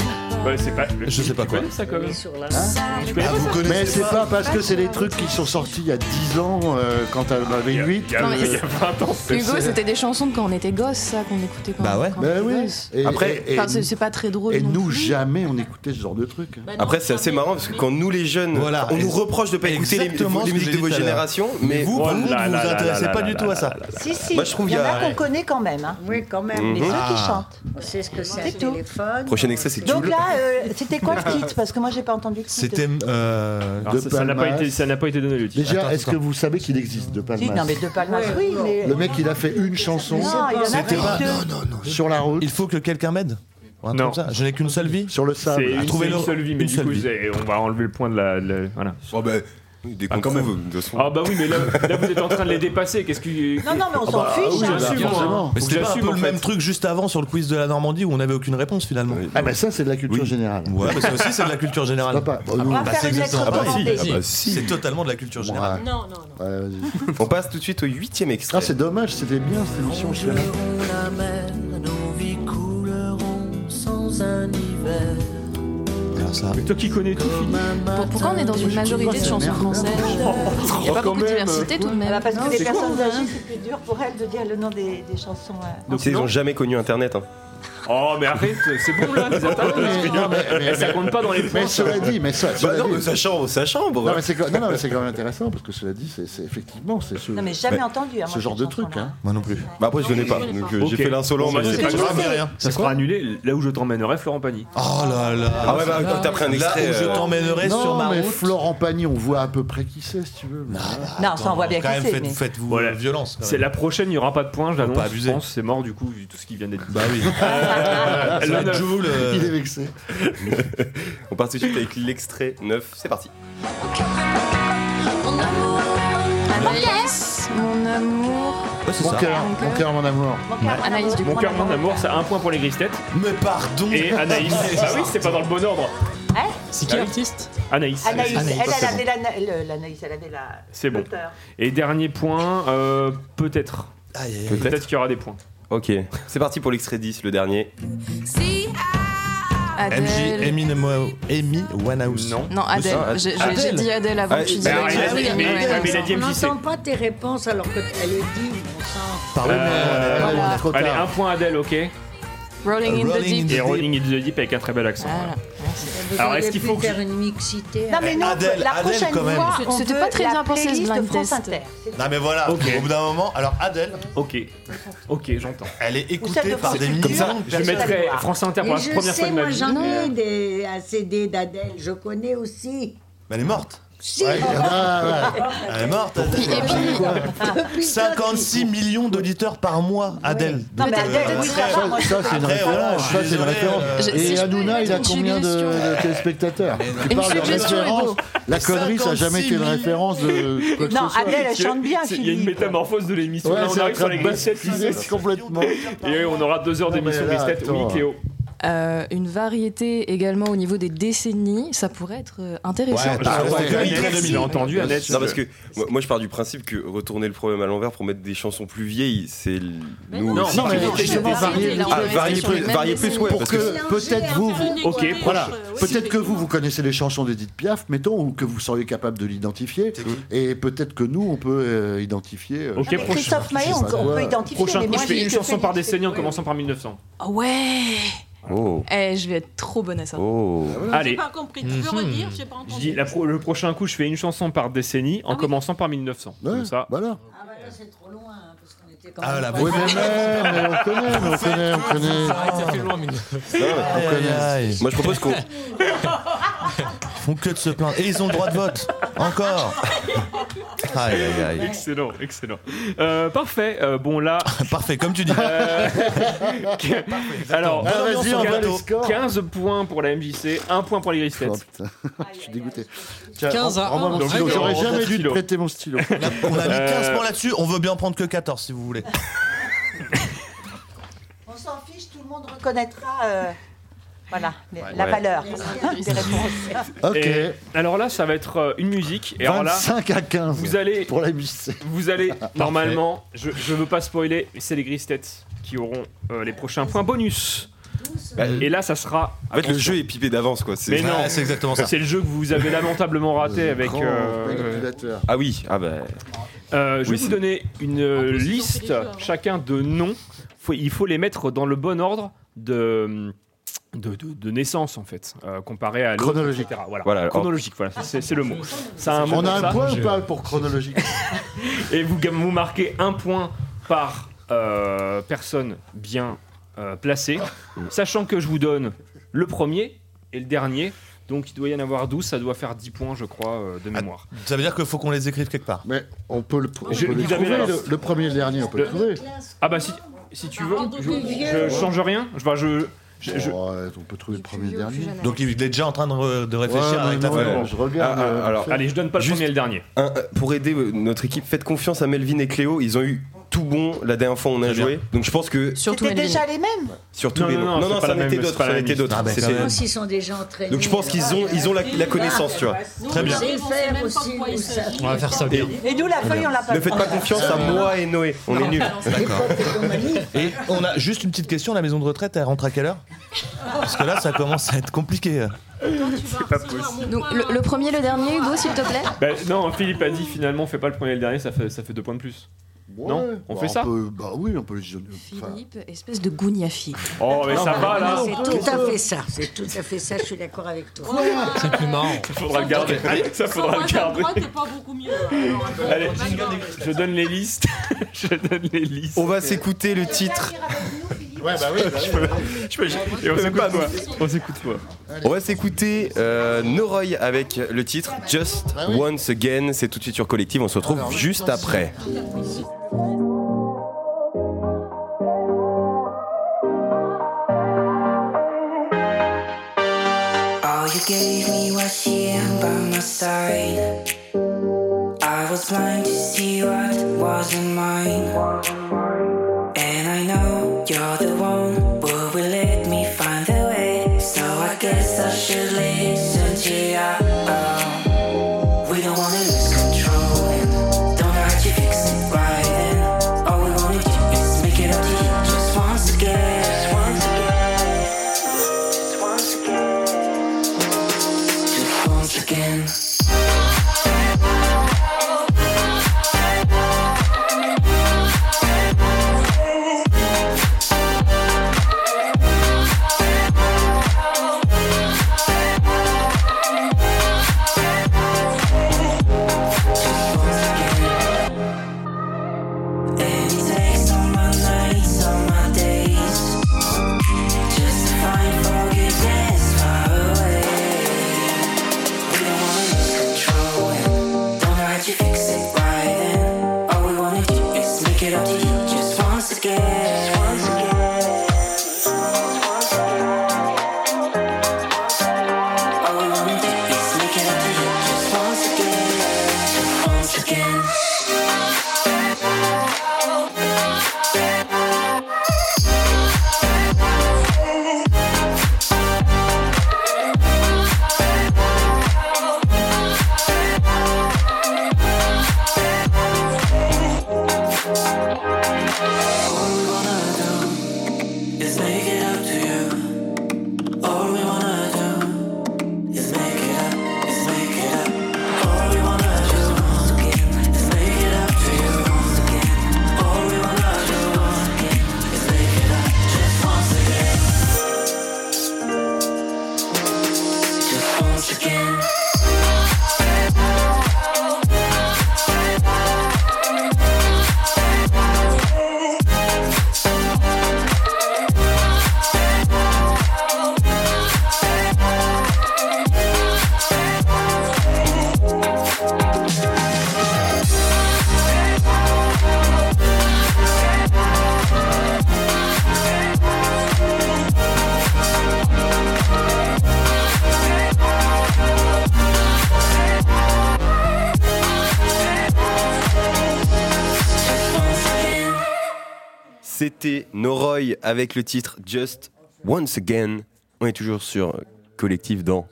Ouais, c'est pas. Je sais
pas quoi.
ça quand même.
Tu
connais
Ah,
pas
vous
ça
connaissez Mais c'est pas parce que c'est des trucs qui sont sortis il y a 10 ans euh, quand elle avait 8.
il y a- Non, mais il y a 20 ans,
Hugo, c'était des chansons de quand on était gosse, ça, qu'on écoutait quand,
Bah ouais.
quand on
Bah
était
oui.
gosse.
Et-
Après,
et-
enfin, c'est- c'est pas très drôle.
Et
non
nous,
plus.
jamais on écoutait ce genre de truc. hein.
Après, c'est assez marrant parce que quand nous les jeunes,
Voilà.
on nous
Et-
reproche de pas écouter les,
exactement
les
ce que
musiques
j'ai
de vos
dit tout à l'heure.
générations,
Mais
mais
vous,
Oh
vous,
là
vous
là
vous
là
intéressez
là
pas
là
du
là
tout à
là
ça.
là là là.
Si, si.
Moi, je trouve
Il y en
qu'il y
a
a-
qu'on connaît quand même. Hein.
Oui, quand même.
Mhm.
Mais ceux qui
Ah.
chantent. On sait ce que c'est un
C'est tout.
téléphone.
Prochain extrait, c'est
Donc
Jules.
là, euh, c'était quoi le titre Parce que moi, j'ai pas entendu le titre.
C'était. euh,
Alors, ça- ça n'a pas été- ça n'a pas été donné le titre.
Déjà,
Attends,
est-ce que
attends.
vous savez qu'il existe De Palmas
Si, non, mais De Palmas,
Ouais,
oui,
non.
mais.
Le mec, il a fait une chanson.
Non, il y en a
C'était
pas
pas.
deux.
Non, non, non.
Sur la route.
Il faut que quelqu'un m'aide. Ou un truc
Non.
comme ça. Je n'ai qu'une seule vie.
Sur le
C'est
sable.
une,
trouvé
c'est Ah, bah, une
le-
seule vie, mais
une
du
seule
coup,
vie.
j'ai- on va enlever le point de la. de la- voilà.
Oh bah, dès qu'on
Ah, quand
trouve,
même.
de toute façon.
Ah bah oui, mais là, là, vous êtes en train de les dépasser. Qu'est-ce que.
Non, non, mais on
Ah
s'en
bah,
fiche,
oui,
hein.
j'assume,
Bien,
hein.
vraiment.
Mais
Faut que
c'était pas un
j'assume,
peu
en
le
fait.
même truc juste avant sur le quiz de la Normandie où on n'avait aucune réponse finalement.
Ah bah ça, c'est de la culture générale.
Ouais, mais ça aussi c'est de la culture générale.
Pas- pas-
Ah
On va
bah,
faire
c'est
une lettre
exactement- ah bah, si.
recommandée.
Ah bah, si. C'est totalement de la culture
Ah,
générale.
Non,
non, non.
On passe tout de suite au huitième extrait.
Ah, c'est dommage, c'était bien cette émission, je suis là.
Nos vies couleront sans un hiver.
Alors ça.
Mais toi qui connais tout, Philippe.
Pour- Pourquoi on est dans une majorité de chansons françaises
Oh,
Il n'y a pas
quand
beaucoup de
même.
diversité tout de même.
Voilà, parce que les
C'est quoi,
personnes
hein
âgées, c'est plus dur pour elles de dire le nom des, des chansons. euh.
Donc, ils n'ont jamais connu Internet. hein.
Oh, mais arrête, c'est bon là, les attaques. Eh, Ça compte pas dans les points.
Mais cela dit, mais Euh, ça.
Bah
cela
non,
dit-
mais ça chambre, ça chambre.
Non, mais c'est quand- non, non, mais c'est quand même intéressant parce que cela dit, c'est c'est- effectivement c'est ce,
Non, mais jamais
Ouais.
entendu. hein,
ce
moi,
genre
cette
de
chanson-là.
truc. Hein.
Moi non plus.
Bah après, je connais pas.
connais
Donc
pas.
euh, j'ai
Ok.
fait l'insolent,
Bon, bah,
mais
c'est
c'est pas
pas grave.
grave. rien.
Ça sera annulé là où je t'emmènerai, Florent Pagny.
Oh là là.
Ah ouais, bah quand t'as pris un
Là
extrait.
où je
euh,
t'emmènerai sur ma
non, mais
route. Bah,
Florent Pagny, on voit à peu près qui c'est, si tu veux. Ah. mais voilà.
Non, ça, on voit bien
Quand
qui
même,
c'est.
faites-
mais-
faites-vous euh,
Voilà.
violence. quand
C'est
même.
la prochaine, il n'y aura pas de points, je l'annonce.
pas
Je
abuser.
pense c'est mort du coup, vu tout ce qui vient d'être dit.
Bah oui.
Euh,
Ça va
le
être
neuf.
Joule, euh,
Il est vexé.
On part tout de suite avec l'extrait 9. C'est parti.
Anaïs, mon amour.
ouais, c'est
Mon
ça.
cœur, mon cœur, mon
Euh,
amour.
Anaïs du
Mon
coin
cœur,
de la
mon amour, ça a un point pour les grises têtes.
Mais pardon.
Et Anaïs. bah oui, c'est pas dans le bon ordre.
Hein
C'est
Bah,
qui l'artiste
Anaïs.
Anaïs, elle,
Anaïs,
elle
c'est
avait la- le- l'analyse, elle avait la.
C'est bon.
l'auteur.
Et dernier point, euh, peut-être.
Aïe, aïe, aïe.
Peut-être.
Peut-être qu'il y aura des points.
Ok. C'est parti pour l'extrait 10, le dernier.
MJ,
Adèle.
Eminem, euh, Amy Winehouse.
Non.
Non, Adèle.
ça, Ad-
J'ai- j'ai- J'ai
Adèle.
dit Adèle avant.
Ah,
tu dis
bah,
Adèle.
Adèle,
Ouais,
mais-
ouais,
mais- mais
ouais.
la
On
DMJ,
n'entend pas tes réponses alors qu'elle le dit, bon sang.
Pardon, mais,
Euh,
euh,
Voilà.
Ah, trop
Allez,
tard.
un point Adèle, ok.
Rolling in the
Rolling in
deep.
Et Rolling in the Deep avec un très bel accent.
Voilà.
Vous
Alors,
auriez
est-ce qu'il
pu
faut que
faire une mixité.
Non, mais non,
Adèle,
la
Adèle,
prochaine
quand même.
fois,
C'était-
on
c'était
veut
pas très
la
bien pensé, ce
playlist
blind
de France
test.
Inter. C'est-
Non mais voilà,
Ok.
au bout d'un moment, alors Adèle,
Ok, ok, j'entends.
elle est
celle
écoutée
de
par
France.
des millions
Comme ça,
de
Je
personnes.
mettrai France Inter pour
Mais
la
je
première fois
sais,
de ma
moi
vie. Euh,
j'en ai des ACD d'Adèle, je connais aussi.
Mais elle est morte. Ah,
Si,
Ouais, il y en a, ouais.
Elle est morte.
Et
Adèle.
puis, euh,
depuis
56 millions d'auditeurs par mois, Adèle.
Non, mais
Peut-être,
Adèle,
euh,
oui,
après,
ça va, moi, je
Ça,
sais
c'est
pas.
une
Après, voilà,
référence.
je suis
Ça, c'est une
désolé,
référence.
euh,
Je- si
Et
je peux
Hanouna, il a
mettre une
combien de,
suggestion.
de téléspectateurs Tu
Une
parles de
suggestion,
référence.
Hugo.
La connerie, ça n'a jamais été une
56
référence de quoi que
Non,
ce soit.
Adèle, elle
C'est-
chante bien,
c'est- Il y a une
Philippe.
métamorphose de l'émission.
Ouais,
Là, on
c'est en
arrive sur
train
les
de
grises têtes,
basculer
Grises têtes.
complètement.
Et on aura deux heures
Non, mais
d'émission
là,
grises têtes. Oui,
attends.
Cléo.
euh, une variété également au niveau des décennies, ça pourrait être euh, intéressant.
Ouais,
J'ai
Ah
entendu
ouais.
Annette,
Merci.
J'ai entendu Annette.
Non, parce que moi, moi, je pars du principe que retourner le problème à l'envers pour mettre des chansons plus vieilles, c'est. l-
Mais
Nous
non,
aussi.
Non, mais
Variété,
justement,
variété,
varier
là, on
Ah,
est
varier
sur les
plus,
mêmes
varier plus,
décennies.
ouais.
Pour
Parce
que
que.
peut-être vous, vous-
Ok,
Voilà. Peut-être que vous, vous connaissez les chansons d'Edith Piaf, mettons, ou que vous seriez capable de l'identifier. Et peut-être que nous, on peut euh, identifier. euh,
Ok,
je
Mais
sais
prochain.
pas,
Christophe
je
Maé,
sais
on,
pas
on
quoi.
peut identifier.
Prochain,
mais moi,
je fais
j'ai
une
que
chanson par
Félix
décennie en
Lebrun.
commençant par 1900.
Ah Ouais
Oh.
Eh, je vais être trop bonne à ça.
Oh.
J'ai
Allez,
pas compris.
Mhm.
Tu peux redire J'ai pas entendu.
je dis la pro- le prochain coup, je fais une chanson par décennie
Ah
en
oui.
commençant par 1900.
Ouais,
Comme ça.
Voilà.
Ah bah là c'est trop loin, hein, parce qu'on était quand
Ah,
même
la
pas-
Oui, mais même, mais on connaît, mais on connaît, on connaît.
Ça fait loin, mais
Aïe, aïe, aïe.
Moi, je propose
Ah,
qu'on.
Ils font que de se plaindre. Et ils ont le droit de vote. Encore. Aïe, aïe, aïe.
Excellent, excellent. Euh, parfait. Euh, bon, là.
parfait, comme tu dis.
Alors,
Ah, vas-y, on va les
15,
scores.
15 points pour la MJC, 1 point pour les Grises Têtes.
Je suis dégoûté.
15 à
rends-moi
1.
mon stylo.
Donc,
J'aurais
on
jamais
rentre
dû te
stylo.
prêter mon stylo.
On a mis 15
Euh,
points là-dessus, on veut bien prendre que 14 si vous voulez.
On s'en fiche, tout le monde reconnaîtra euh, voilà, les- la
Ouais.
valeur des réponses.
Et alors là, ça va être euh, une musique. Et alors là,
25 à 15
vous allez,
pour la MJC.
Vous allez, normalement, je, je veux pas spoiler, mais c'est les grises têtes qui auront euh, les prochains points bonus.
Bah,
Et là, ça sera.
En fait, le
attention.
jeu est pipé d'avance, quoi.
Mais non, C'est le jeu que vous avez lamentablement raté avec.
Grand
Oh,
euh,
manipulateur.
Ah oui, ah bah.
Euh, je vais
Oui,
vous
c'est-
donner une euh, liste, chacun de noms. Faut- il faut les mettre dans le bon ordre de, de, de- de naissance, en fait, euh, comparé à l'autre,
Chronologique.
etc. Voilà.
Voilà, alors-
chronologique, voilà, c'est- c'est c'est le mot. Ça a un mot
On a
pour
un
ça.
point ou pas pour chronologique
Et vous, ga- vous marquez un point par euh, personne bien euh, placée, sachant que je vous donne le premier et le dernier. Donc il doit y en avoir 12, ça doit faire 10 points, je crois, euh,
Ah,
de mémoire.
Ça veut dire qu'il faut qu'on les écrive quelque part.
Mais on peut le,
Je-
on peut le
vous avez
trouver,
la-
le- le premier et le dernier, on peut le
Le-
trouver.
Ah bah si, si tu veux, je, je change rien. Je, vois, je, je- je-
euh, on peut trouver le premier et le dernier.
Donc il est déjà en train de, re- de réfléchir
Ouais,
avec
mais
la
non,
famille.
je regarde, euh,
alors,
Ah, allez, je donne pas le premier et le dernier.
pour aider euh, notre équipe, faites confiance à Melvin et Cléo. Ils ont eu tout bon la dernière fois on a joué. Donc je pense que
C'était déjà les mêmes
surtout
Non,
les
non, non,
non
c'est
non,
pas
ça
la
en était
même, c'est
d'autres,
pas
ça en
la
était
même.
d'autres.
Ah,
ben,
bah,
C'était-
quand
Eux, S'ils sont déjà entraînés.
Donc je pense qu'ils ont ils ont la, la connaissance, tu vois.
Très bien. faire aussi nous, ça.
On va faire ça
bien.
Et nous, la feuille, on l'a pas
Ne faites pas confiance à moi et Noé. On est nuls.
D'accord. Et on a juste une petite question la maison de retraite, elle rentre à quelle heure Parce que là, ça commence à être compliqué.
C'est pas possible.
Donc le, le premier, le dernier, Hugo, s'il te plaît.
Bah, non, Philippe a dit finalement, fais pas le premier et le dernier, ça fait, ça fait deux points de plus. non, on
Bah,
fait ça
peut- Bah oui, on peut le donner. enfin,
Philippe, espèce de gougnafi.
Oh, mais ça va là
C'est tout à fait ça. C'est tout à fait ça, je suis d'accord avec toi.
C'est plus marrant. Ça faudra le garder. Ça faudra le garder. Allez, je donne les listes. je donne les listes.
On va s'écouter le titre.
Ouais, bah oui, bah oui.
Je peux- je- et on
Je peux
s'écoute
pas,
quoi
nous.
On s'écoute quoi
On va s'écouter euh, Noroy avec le titre Just
Ah
oui.
Once Again. C'est tout de suite sur Collective. On se retrouve juste après.
All you gave me was here by my side. I was blind to see what wasn't mine. And I know you're the one who will let me find the way. So I guess I should listen to you. We don't wanna lose control. And don't know how to fix it right. And all we wanna do is make it up to you just once again. Just once again. Just once again. Just once again.
Just once again.
C'était Noroy avec le titre Just Once Again. On est toujours sur euh, Collectif dans.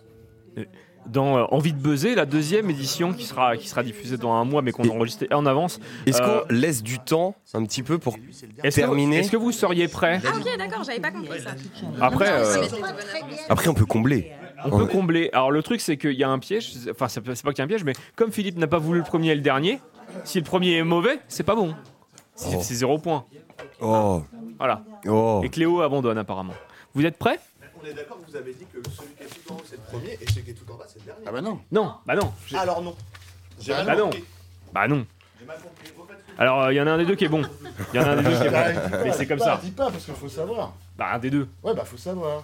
Dans euh, Envie de buzzer, la deuxième édition qui sera, qui sera diffusée dans un mois, mais qu'on a enregistrée en avance.
Est-ce qu'on laisse du temps un petit peu pour
Euh. est-ce que-
terminer
Est-ce que vous seriez prêt
Ah ok d'accord, j'avais pas compris ça.
Après,
Non,
euh,
mais c'est pas très bien.
Après, on peut combler.
On peut combler. Alors le truc, c'est qu'il y a un piège. Enfin, c'est pas c'est pas qu'il y a un piège, mais comme Philippe n'a pas voulu le premier et le dernier, si le premier est mauvais, c'est pas bon. C'est hein.
Oh.
c'est zéro point.
Oh.
Voilà.
Oh.
Et Cléo abandonne apparemment. Vous êtes prêts
Ben, On est d'accord que vous avez dit que celui qui est tout en haut c'est le premier et celui qui est tout en bas c'est le dernier. Ah,
Ah bah non.
Non. Bah non.
Alors non. J'ai
Bah
mal
non.
compris.
Bah non. Alors euh, il y en a un des deux qui est bon. Il y en a un des deux qui est bon. Mais c'est comme ça.
Dis pas, parce qu'il faut savoir.
Bah un des deux.
Ouais, bah faut savoir.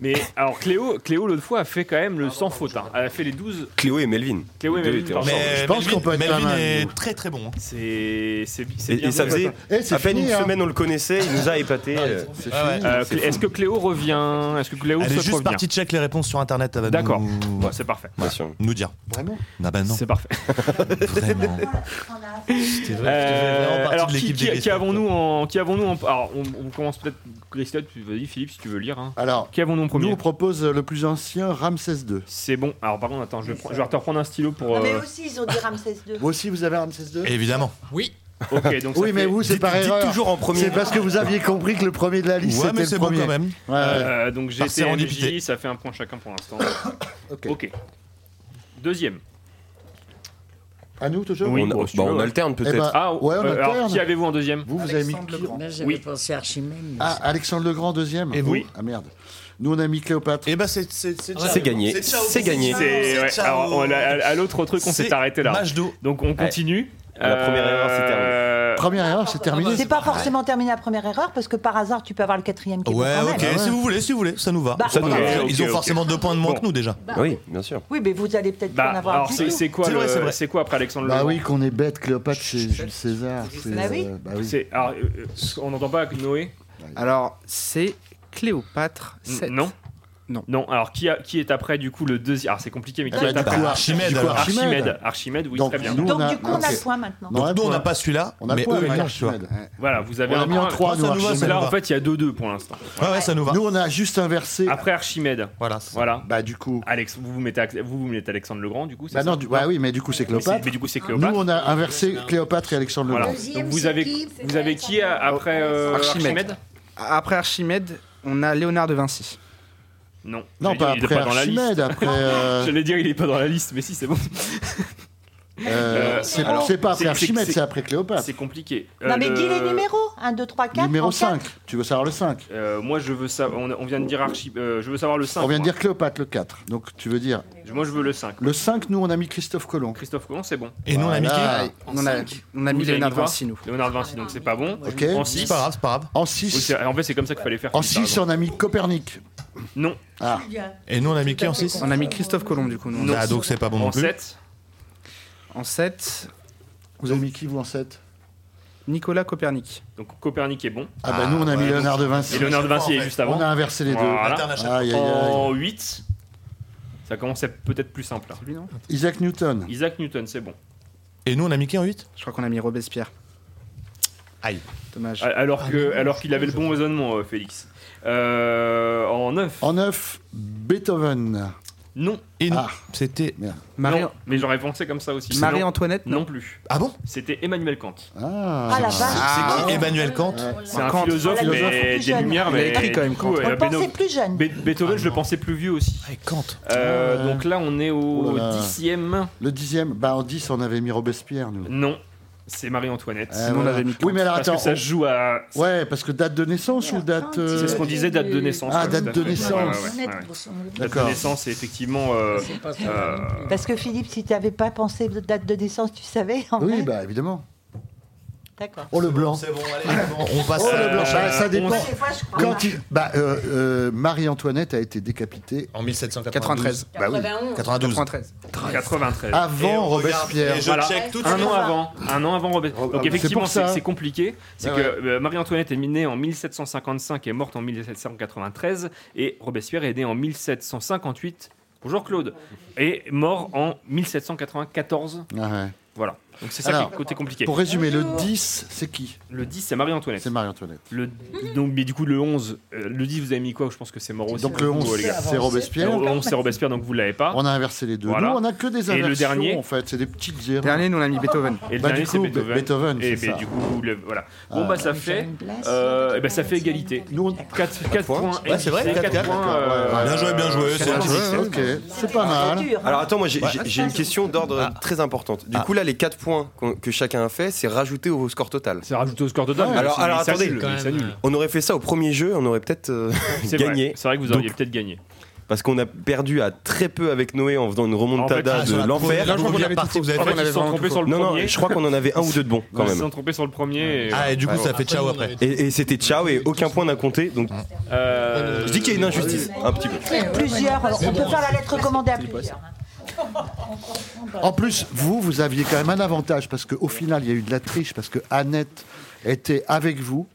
Mais alors Cléo, Cléo l'autre fois a fait quand même
Ah,
le sans faute. hein. Elle a fait les 12
Cléo et Melvin.
Cléo et
Les deux étaient
Melvin, pardon.
ensemble.
Mais
Je pense
Melvin-
qu'on peut être
Melvin
pas mal,
est-
nous.
Très très bon.
C'est c'est c'est hein.
Et,
bien
et ça
joué,
faisait
Quentin.
Eh,
à peine
hein.
une semaine, on le connaissait, il nous a épaté. C'est
Euh, Clé- Est-ce que Cléo revient Est-ce que Cléo
Elle est
souhaite
juste
revenir
partie check les réponses sur internet. elle va
D'accord.
nous-
Bon, c'est parfait.
Voilà. Nous dire.
Vraiment
Ah bah non.
C'est parfait.
Vraiment. C'était vrai.
Euh,
vraiment partie
alors
de
qui,
l'équipe
qui,
des
qui avons-nous en qui avons-nous en- alors on, on commence peut-être Christophe tu vas Philippe si tu veux lire hein.
Alors,
qui avons-nous en premier
Nous, on propose euh, le plus ancien Ramsès II.
c'est bon alors par contre attends je vais, prendre- je vais te reprendre un stylo pour
Non, Ah, mais
euh,
aussi, ils ont dit Ramsès II.
Vous aussi, vous avez Ramsès II
Évidemment.
Oui.
ok donc ça
oui, mais
fait-
vous, c'est par erreur. C'est parce que vous aviez compris que le premier de la liste, c'était le premier. Ouais, ouais.
Euh, donc j'ai
Par
été
sérendipité.
MJ, ça fait un point chacun pour l'instant. ok. Deuxième.
À nous, toujours
Oui, bon, si
bah,
tu veux, ouais.
ah, ouais, on
euh,
alterne.
alors, qui avez-vous en deuxième
Vous, vous avez mis qui en-
J'avais pensé à Archimède. mais
Ah, Alexandre le Grand, deuxième.
Et vous
Oui. Ah merde. Nous, on a mis Cléopâtre.
Eh ben, c'est C'est
C'est gagné. C'est
Ah,
gagné.
C'est- ouais, alors, on- à, à l'autre truc, on s'est
C'est
arrêté là.
match d'eau.
Donc on continue. Euh,
La première erreur, c'est terminé.
Première erreur, c'est terminé.
C'est pas forcément terminé la première erreur parce que par hasard tu peux avoir le quatrième qui est
Ouais,
bon quand
ok,
même.
si vous voulez, si vous voulez, ça nous va.
Bah,
Ça nous
ok,
hein. va.
ok,
Ils ont
ok.
forcément deux points de moins
Bon.
que nous déjà.
ben,
Bah oui,
bien sûr.
Oui, mais vous allez peut-être pas en avoir
bah, Alors
du
c'est
tout.
c'est quoi
C'est vrai,
le-
c'est vrai.
c'est quoi après Alexandre
Bah
Legrand
oui, qu'on est bête, Cléopâtre, c'est Jules César. c'est,
Bah oui.
euh, bah oui.
C'est- alors, euh, euh, on n'entend pas avec Noé.
Alors, c'est Cléopâtre
N-
7.
Non.
Non.
Non. Alors qui, a- qui est après du coup le deuxième Alors c'est compliqué, mais qui
Ah, bah,
est
du
après
coup, Archimède,
Du coup,
alors.
Archimède.
Archimède.
Archimède, oui,
Donc,
très bien.
nous,
Donc, du coup, on a le point maintenant.
Non,
Donc nous, on n'a
point.
pas celui-là,
On a
mais
point,
eux, ils
ouais,
l'ont, tu vois.
Archimède.
Voilà, vous avez
On
un
a mis en
point.
trois, nous,
Ça nous va,
Archimède.
c'est là
Ça
en
nous
fait il y a 2-2 pour l'instant.
Ouais, ouais, ça nous va.
Nous, on a juste inversé.
Ah.
Après Archimède.
Voilà.
Voilà.
Bah du coup.
Alex, vous vous mettez, Ax- vous, vous mettez Alexandre le Grand du coup. c'est
Bah
ça
non, du- bah oui, mais du coup, c'est
Mais c'est-
Cléopâtre.
mais du coup, c'est
Nous,
Cléopâtre.
on a inversé Cléopâtre et Alexandre
Voilà.
le Grand.
Donc vous avez, vous avez qui euh, après euh,
Archimède.
Archimède
Après Archimède, on a Léonard de Vinci.
Non.
Non,
J'allais
pas
dire, il est
après
dans la
Archimède,
liste.
après, euh,
J'allais dire, il est pas dans la liste, mais si, c'est bon.
Euh, c'est-
alors,
c'est pas après Archimède, c'est après Cléopâtre.
C'est compliqué.
Non,
Euh,
mais
le-
qui les numéros 1, 2, 3, 4.
Numéro 5. Tu veux savoir le 5
Euh, moi, je veux savoir. On, on vient de dire archi. euh, je veux savoir le 5.
On vient de dire Cléopâtre, le 4. Donc, tu veux dire.
Moi, je veux le 5.
Le 5, nous, on a mis Christophe Colomb.
Christophe Colomb, c'est bon.
Et nous, on a mis
hein.
Voilà. qui
On a- on a mis Léonard Vinci, nous.
Léonard Vinci, donc c'est pas bon.
Ok.
En 6.
C'est pas grave,
c'est pas grave.
En 6.
en fait, c'est comme ça qu'il fallait faire.
En
Philippe, par
6, on a mis Copernic.
Non.
Ah.
Et nous, on a mis qui en 6
On a mis Christophe Colomb, du coup. nous.
Non. Ah, donc c'est pas bon
En
non plus.
sept. En 7.
Vous avez mis qui, vous, en 7
Nicolas Copernic.
Donc Copernic est bon.
Ah, bah, nous, on a mis Léonard de Vinci.
Et Léonard de Vinci est juste avant.
On a inversé les deux.
Voilà.
Interne à chaque fois. Aïe, aïe, aïe.
En 8. Ça commence à être peut-être plus simple. là.
Isaac Newton.
Isaac Newton, c'est bon.
Et nous, on a mis qui en 8
Je crois qu'on a mis Robespierre.
Aïe.
Dommage.
A-
Ah
Alors que, alors qu'il avait le bon raisonnement, euh, Félix. Euh, en 9.
En 9, Beethoven.
Non.
Et non. C'était.
Non, mais j'aurais pensé comme ça aussi.
Marie-Antoinette,
Non,
non.
non plus.
Ah bon
C'était Emmanuel Kant.
Ah,
Ah, la vache.
C'est qui Emmanuel Kant
C'est un
Kant.
philosophe,
Philosophe.
mais
Plus
des
jeune.
lumières,
Il
mais
a écrit quand même
du coup,
Kant.
euh,
On le
Beno-
pensait plus jeune.
Be- Beethoven, je le pensais plus vieux aussi.
Kant.
Ah,
Euh,
Ouais.
donc là, on est au
Oh là là.
dixième.
Le dixième, bah en 10 on avait mis Robespierre nous.
Non, c'est Marie-Antoinette.
Euh, voilà. Oui mais alors
Parce
attends,
que ça se joue à...
on- ouais parce que date de naissance ou date. euh,
C'est ce qu'on disait, date de naissance.
Ah
ouais,
date
tout à
de
fait.
naissance.
Ouais, ouais, ouais, ouais. Date de
D'accord.
naissance, c'est effectivement... euh, euh,
Parce que Philippe, si tu n'avais pas pensé de date de naissance, tu savais en
Oui
vrai
bah évidemment.
D'accord.
Oh le blanc.
C'est bon, allez, c'est bon. On passe
Oh,
à-
le blanc. Bah, ça dépend.
Des fois, je crois.
Quand il- bah euh, euh, Marie-Antoinette a été décapitée
En 1793.
93. Bah oui.
92.
93.
Avant
Et on regarde,
Robespierre.
et je
Voilà.
check tout de
Un
suite.
an
avant. Un an avant Robespierre.
ah,
Donc
c'est
effectivement,
pour ça.
c'est c'est compliqué. C'est
Ouais,
que euh, Marie-Antoinette est née en 1755 et est morte en 1793. Et Robespierre est né en 1758. Bonjour Claude. Et mort en 1794.
Ah ouais.
Voilà. Donc c'est ça
Alors,
qui est le côté compliqué.
Pour résumer, le 10, c'est qui
Le 10, c'est Marie-Antoinette.
C'est Marie-Antoinette.
Le, donc, mais du coup, le 11, euh, le 10, vous avez mis quoi Je pense que c'est mort aussi.
Donc le 11,
Oh, les gars.
c'est Robespierre.
Le 11, c'est Robespierre, donc vous l'avez pas.
On a inversé les deux.
Voilà.
Nous, on a que des
Et
inversions,
le dernier
en fait. C'est des petites zéros.
Dernier, nous, on a mis Beethoven.
Et le
Bah,
dernier,
du
c'est
coup,
Beethoven.
Beethoven,
et
c'est
ben,
ça.
du coup, le- voilà.
Ah.
Bon, bah, ça fait. euh, eh ben, ça fait égalité. Nous, 4, points.
Ouais, c'est vrai,
NJC, quatre
quatre,
points.
quatre,
euh,
d'accord. Bien joué, bien joué, c'est
quatre,
bien joué,
six,
ok.
sept.
C'est pas mal.
Alors attends, moi j'ai
Ah,
j'ai- j'ai une question d'ordre très importante. Du coup là, les 4 points qu'on- que chacun a fait, c'est rajouté au score total.
C'est rajouté au score total. mais
alors
c'est-
alors
mais ça
attendez,
annule, mais ça annule.
on aurait fait ça au premier jeu, on aurait peut-être euh,
C'est vrai,
gagné.
C'est vrai que vous auriez peut-être gagné.
Parce qu'on a perdu à très peu avec Noé en faisant une remontada
En fait,
de
ah,
l'enfer.
là, je crois qu'on avait tout faux. En fait, ils se sont trompés sur le
Non, non,
premier.
je crois qu'on en avait un ou deux de bons quand
Ils se
même.
sont trompés sur le premier.
Ah,
Ouais. Et, et c'était ciao et aucun point n'a compté. Donc
Euh,
je dis qu'il y a une injustice, un petit peu.
Plusieurs, alors, on peut faire la lettre commandée à plusieurs.
En plus, vous, vous aviez quand même un avantage parce qu'au final, il y a eu de la triche parce que Annette était avec vous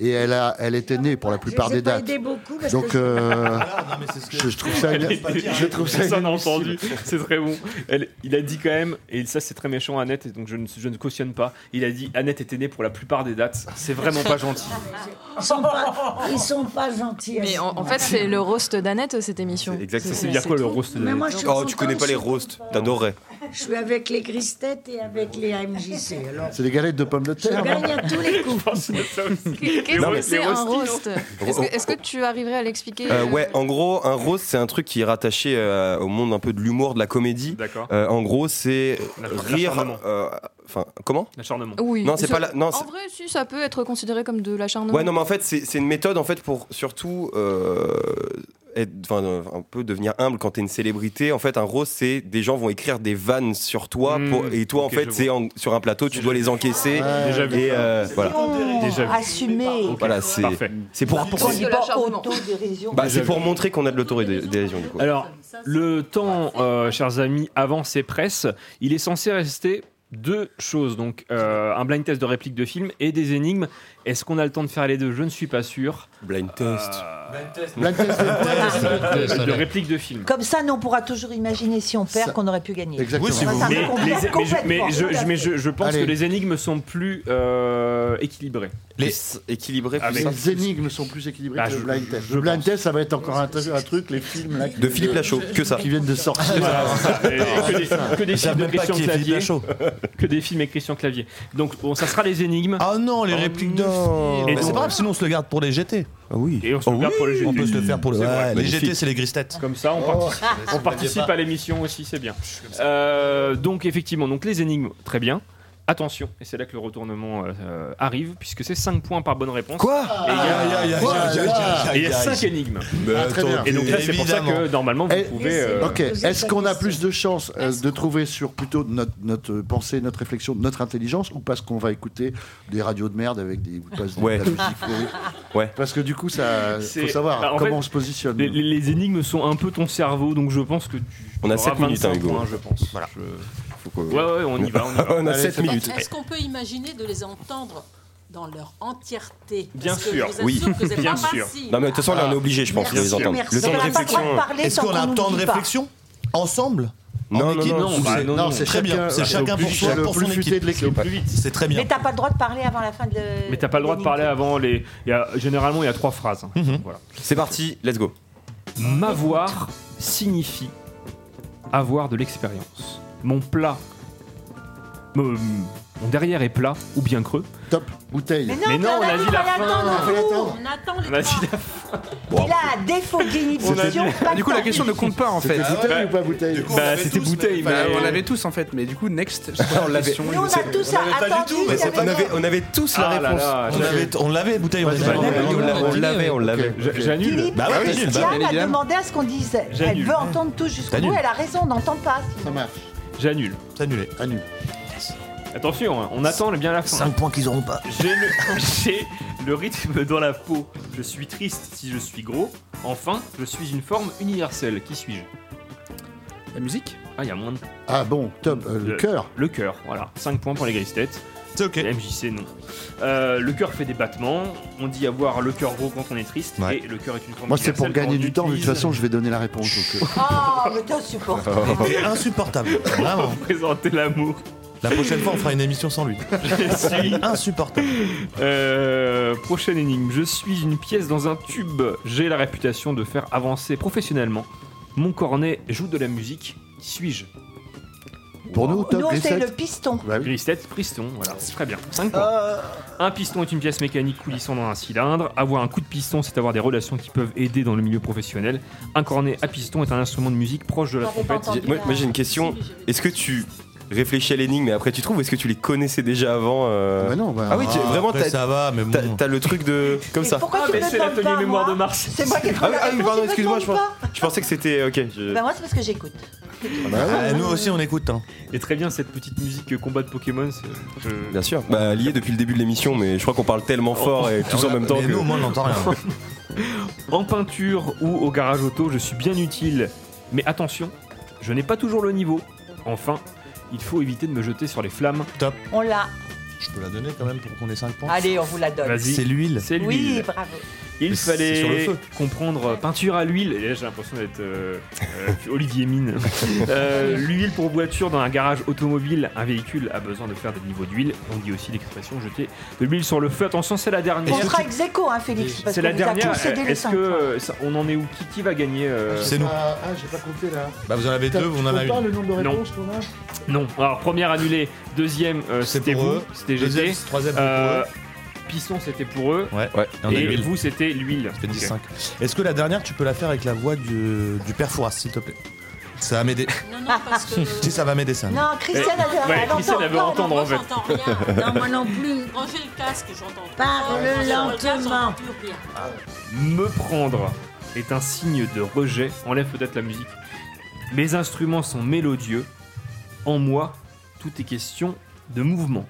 et elle, a, elle était née pour la plupart
Je les
des
ai pas
dates.
aidés beaucoup parce
Donc,
que-
euh,
Ah non, mais c'est ce que-
je je trouve ça. une- Je trouve ça.
Personne n'a entendu. C'est très bon. Elle- il a dit quand même, et ça c'est très méchant Annette, et donc je ne, je ne cautionne pas, il a dit Annette était née pour la plupart des dates. C'est vraiment pas gentil.
Ils sont pas, ils sont pas gentils.
Mais en, en fait, c'est le roast d'Annette, cette émission.
Exactement.
C'est-
bien
c'est
quoi
tout.
le roast
Mais moi, je suis
Oh, tu connais
contente,
pas les
je suis
roasts, t'adorerais.
Je suis avec les grises têtes et avec les AMJC. Alors,
C'est des galettes de pommes de
je
terre.
gagne à tous les coups.
Qu'est-ce
Non,
que
mais-
c'est
les
un
roasties,
roast Est-ce que, est-ce que tu arriverais à l'expliquer
Euh,
euh,
ouais, en gros, un roast, c'est un truc qui est rattaché euh, au monde un peu de l'humour, de la comédie.
D'accord.
Euh, en gros, c'est rire.
l'acharnement.
euh, Enfin, comment
L'acharnement.
Euh, Oui.
Non, c'est
ça-
pas la. Non,
en
c'est-
vrai, si, ça peut être considéré comme de l'acharnement.
Ouais, non, mais en fait, c'est c'est une méthode en fait pour surtout euh, être, enfin, euh, un peu devenir humble quand t'es une célébrité. En fait, un roast, c'est des gens vont écrire des vannes sur toi
Mmh.
pour- et toi,
Ok,
en
je
fait, c'est en- sur un plateau, tu dois les encaisser.
Ah, Déjà vu.
Et euh, voilà.
Non,
Déjà vu.
assumé.
Voilà, c'est
Parfait.
c'est pour
On dit pas autodérision.
bah, c'est pour montrer qu'on a de l'autodérision du coup.
Alors, le temps, euh, chers amis, avant ces presses, il est censé rester deux choses. Donc, euh, un blind test de réplique de film et des énigmes. Est-ce qu'on a le temps de faire les deux Je ne suis pas sûr.
Blind test.
Ah.
Blind test.
Euh, de, de réplique de film.
Comme ça, nous, on pourra toujours imaginer si on perd qu'on aurait pu gagner.
Oui, si
Ça,
vous
ça me
voulez.
convient Ah,
Mais, mais je, mais
complètement.
je- je- mais je- je pense
Allez.
que les énigmes sont plus euh, équilibrées.
Les équilibrées,
avec
Les énigmes sont plus équilibrées
Ah,
que le
je-
blind test. Le blind test, ça va être encore un, un truc, les films là, qui-
De Philippe Lachaud, que ça.
qui viennent de sortir.
Voilà, c'est ça. Et- et que des, que des
Ils savent
films de
même pas
Christian
qui est Philippe
Clavier.
Lachaud.
Que des films et Christian Clavier. Donc bon, ça sera les énigmes.
Ah non, les répliques de
Et
films. Bah,
donc-
C'est pas grave, sinon on se le garde pour les GT.
Ah oui.
Et on se le garde pour les GT.
On peut se le faire pour le.
C'est
Ouais,
vrai,
les
magnifique.
GT, c'est les grises têtes.
Comme ça, on participe, on participe à l'émission aussi, c'est bien. Euh, donc effectivement, donc les énigmes, très bien. Attention, et c'est là que le retournement euh, euh, arrive, puisque c'est 5 points par bonne réponse.
Quoi
Et il y a-
Aïe, aïe, aïe, aïe, aïe, aïe,
Et il y a
aïe.
5 énigmes.
Ah, très bien.
Et donc là, c'est pour ça
Évidemment.
que normalement, vous
Eh,
pouvez... euh,
Ok. Est-ce qu'on a plus de chances euh, de trouver sur plutôt notre, notre euh, pensée, notre réflexion, notre intelligence, ou parce qu'on va écouter des radios de merde avec des ou parce de
Ouais.
la musique pourrie
Ouais.
Parce que du coup, ça
C'est-
faut savoir
bah, en
comment
fait,
on se positionne.
Les, les- les énigmes sont un peu ton cerveau, donc je pense que tu.
On a
auras
7 minutes, hein,
25
Hugo.
points, je pense.
Voilà. Faut que-
Ouais, ouais, on y va, on y va.
on a
Allez,
7
c'est parti.
minutes.
Est-ce qu'on peut imaginer de les entendre dans leur entièreté Parce
Bien
que
sûr.
je vous assure
Oui.
que c'est
Bien
pas
sûr.
facile.
Non, mais de toute façon,
Ah.
là, on est obligé, je pense, de les
Merci,
entendre.
merci.
Le temps de
On a pas le droit de
réflexion.
parler
Est-ce
tant
qu'on a
qu'on
un temps de
n'oublie pas.
réflexion Ensemble En
Non, non,
équipe
non,
Ou
bah,
c'est-
non, non,
c'est
c'est
très bien.
chacun-
C'est
c'est
chacun
au
pour
plus-
son,
le
pour son
plus futé
équipe.
de l'équipe.
Plus vite.
C'est très bien.
Mais t'as pas le droit de parler avant la fin de.
Mais t'as pas le droit de parler avant les. il y a- généralement, il y a trois phrases. hein. Voilà.
C'est parti, let's go.
M'avoir signifie avoir de l'expérience. Mon plat. Mon, mon derrière est plat ou bien creux.
Top, bouteille.
Mais non, on a dit la fin.
On attend
On a dit la fin.
Il a un défaut d'inhibition. pas
Du coup, la question ne compte pas en fait.
C'était bouteille ou pas bouteille
coup, on
Bah,
l'avait
c'était bouteille,
Bah,
mais.
on l'avait tous en fait, mais du coup, next, je crois que la question.
Mais on a tous attendu.
Mais
il y
c'est- on,
avait-
avait, on avait tous la
Ah là
réponse.
là,
On l'avait- On l'avait, bouteille. on l'avait.
On l'avait, on l'avait.
j'a- J'annule.
Bah ouais, t'as dit, bah,
Diane a
Bien.
demandé à ce qu'on dise. Elle
J'annule.
veut entendre tout jusqu'au bout.
J'annule.
Elle a raison, on n'entend pas.
Ça marche.
J'annule.
c'est annulé.
Annule.
Attention, hein, on attend bien la fin.
5 points qu'ils auront pas.
J'ai le, j'ai le rythme dans la peau. Je suis triste si je suis gros. Enfin, je suis une forme universelle. Qui suis-je
La musique
Ah, il y a moins de.
Ah bon, top, euh, le cœur.
Le cœur, voilà. 5 points pour les grises têtes.
C'est ok.
Les MJC, non. Euh, le cœur fait des battements. On dit avoir le cœur gros quand on est triste.
Ouais.
Et le cœur est une forme
Moi, c'est pour
universelle
gagner
qu'on
du temps, mais de toute
utilise
façon, je vais donner la réponse. donc, euh,
Oh, mais t'es insupportable.
T'es insupportable. Vraiment.
pour Présenter l'amour.
La prochaine fois, on fera une émission sans lui.
suis
insupportable.
Euh, prochaine énigme. Je suis une pièce dans un tube. J'ai la réputation de faire avancer professionnellement. Mon cornet joue de la musique. Qui suis-je
Pour nous,
Nous, c'est le piston.
Gristette, piston, voilà, c'est très bien. 5 points. Un piston est une pièce mécanique coulissant dans un cylindre. Avoir un coup de piston, c'est avoir des relations qui peuvent aider dans le milieu professionnel. Un cornet à piston est un instrument de musique proche de la
J'avais pas
trompette.
entendu
Moi, moi, j'ai une question. Est-ce que tu réfléchis à l'énigme mais après tu trouves ou est-ce que tu les connaissais déjà avant euh
non, bah-
Ah oui, tu-
Ah,
vraiment,
après,
t'as,
ça va, mais
t'as- t'as le truc de. Comme ça.
Ah,
Ah,
Pourquoi tu me demandes pas, moi
Mars.
C'est moi qui ai
Ah
trouvé
oui,
la
ah oui,
réponse,
pardon,
tu me
excuse-moi, je,
demandes
pense- je pensais que c'était. Ok. je-
pas Bah, moi, c'est parce que j'écoute.
Ah, nous aussi, on écoute. hein.
Et très bien cette petite musique euh, combat de Pokémon. c'est- je-
Bien sûr. Bah, lié depuis le début de l'émission, mais je crois qu'on parle tellement fort
Oh,
et tous en même temps.
Mais
que-
nous, au moins, on n'entend rien.
En peinture ou au garage auto, je suis bien utile. Mais attention, je n'ai pas toujours le niveau. Enfin, il faut éviter de me jeter sur les flammes.
Top.
On l'a.
Je peux la donner quand même pour qu'on ait 5 points.
Allez, on vous la donne.
Vas-y.
C'est l'huile.
C'est
Oui,
l'huile.
bravo.
Il
Mais c'est
fallait
sur le feu.
comprendre euh, peinture à l'huile. Et là, j'ai l'impression d'être euh, euh, Olivier Mine. Euh, l'huile pour voiture dans un garage automobile. Un véhicule a besoin de faire des niveaux d'huile. On dit aussi l'expression jeter de l'huile sur le feu. Attention, c'est la dernière.
On sera ex aequo, hein, Félix. parce
C'est
qu'on
la
vous a
dernière.
tous aidé les
Est-ce
cinq.
que euh, ça- on en est où qui, qui va gagner euh,
C'est nous.
Ah, ah, j'ai pas compté là.
Bah, vous en avez
T'as-
deux, vous
tu
en avez
comptes pas le
une.
nombre de
Non.
réponses qu'on a
Non. Alors première annulée, deuxième euh, c'était
pour
vous,
eux.
c'était
Deuxième,
GT.
c'est troisième
Euh,
pour
Piston c'était pour eux.
Ouais,
Ouais.
Et on a
et
l'huile.
vous c'était l'huile.
C'était 10,
Ok.
5. Est-ce que la dernière, tu peux la faire avec la voix du, du père Fouras, s'il te plaît Ça va m'aider.
Non, non, parce
euh,
que.
si, ça va m'aider, ça.
Non, Christiane avait
Ouais,
elle
Christiane
entend
avait
pas,
entendu. entendre,
moi,
en fait.
j'entends rien.
Non, moi non plus.
Rangez le casque, j'entends. tout
Oh,
Parle
ça. J'entends le casque,
lentement.
j'entends plus rien.
Me prendre est un signe de rejet. Enlève peut-être la musique. Mes instruments sont mélodieux. En moi, tout est question de mouvement.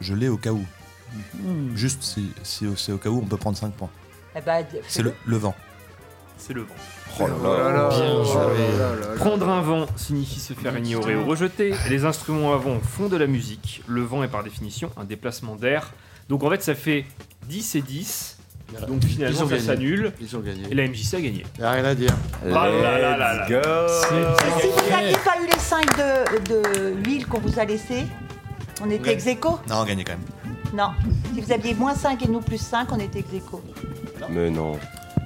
Je l'ai au cas où. Juste, si, si c'est au cas où, on peut prendre 5 points.
Eh ben,
C'est le, le vent.
C'est le vent.
Oh là là.
Bien joué.
Prendre un vent signifie se faire ignorer ou rejeter. Les instruments à vent font de la musique. Le vent est par définition un déplacement d'air. Donc en fait, ça fait 10 et 10. Donc
Ils
finalement,
ont
ça
gagné.
s'annule.
Ils ont
Et
gagné.
la MJC a gagné.
Y a rien à dire.
Ah là là là là.
Let's go.
Si vous n'aviez pas eu les 5 de, de l'huile qu'on vous a laissé, on était ex aequo
Non, on gagnait quand même.
Non. Si vous aviez moins 5 et nous plus 5, on était ex aequo.
Mais non.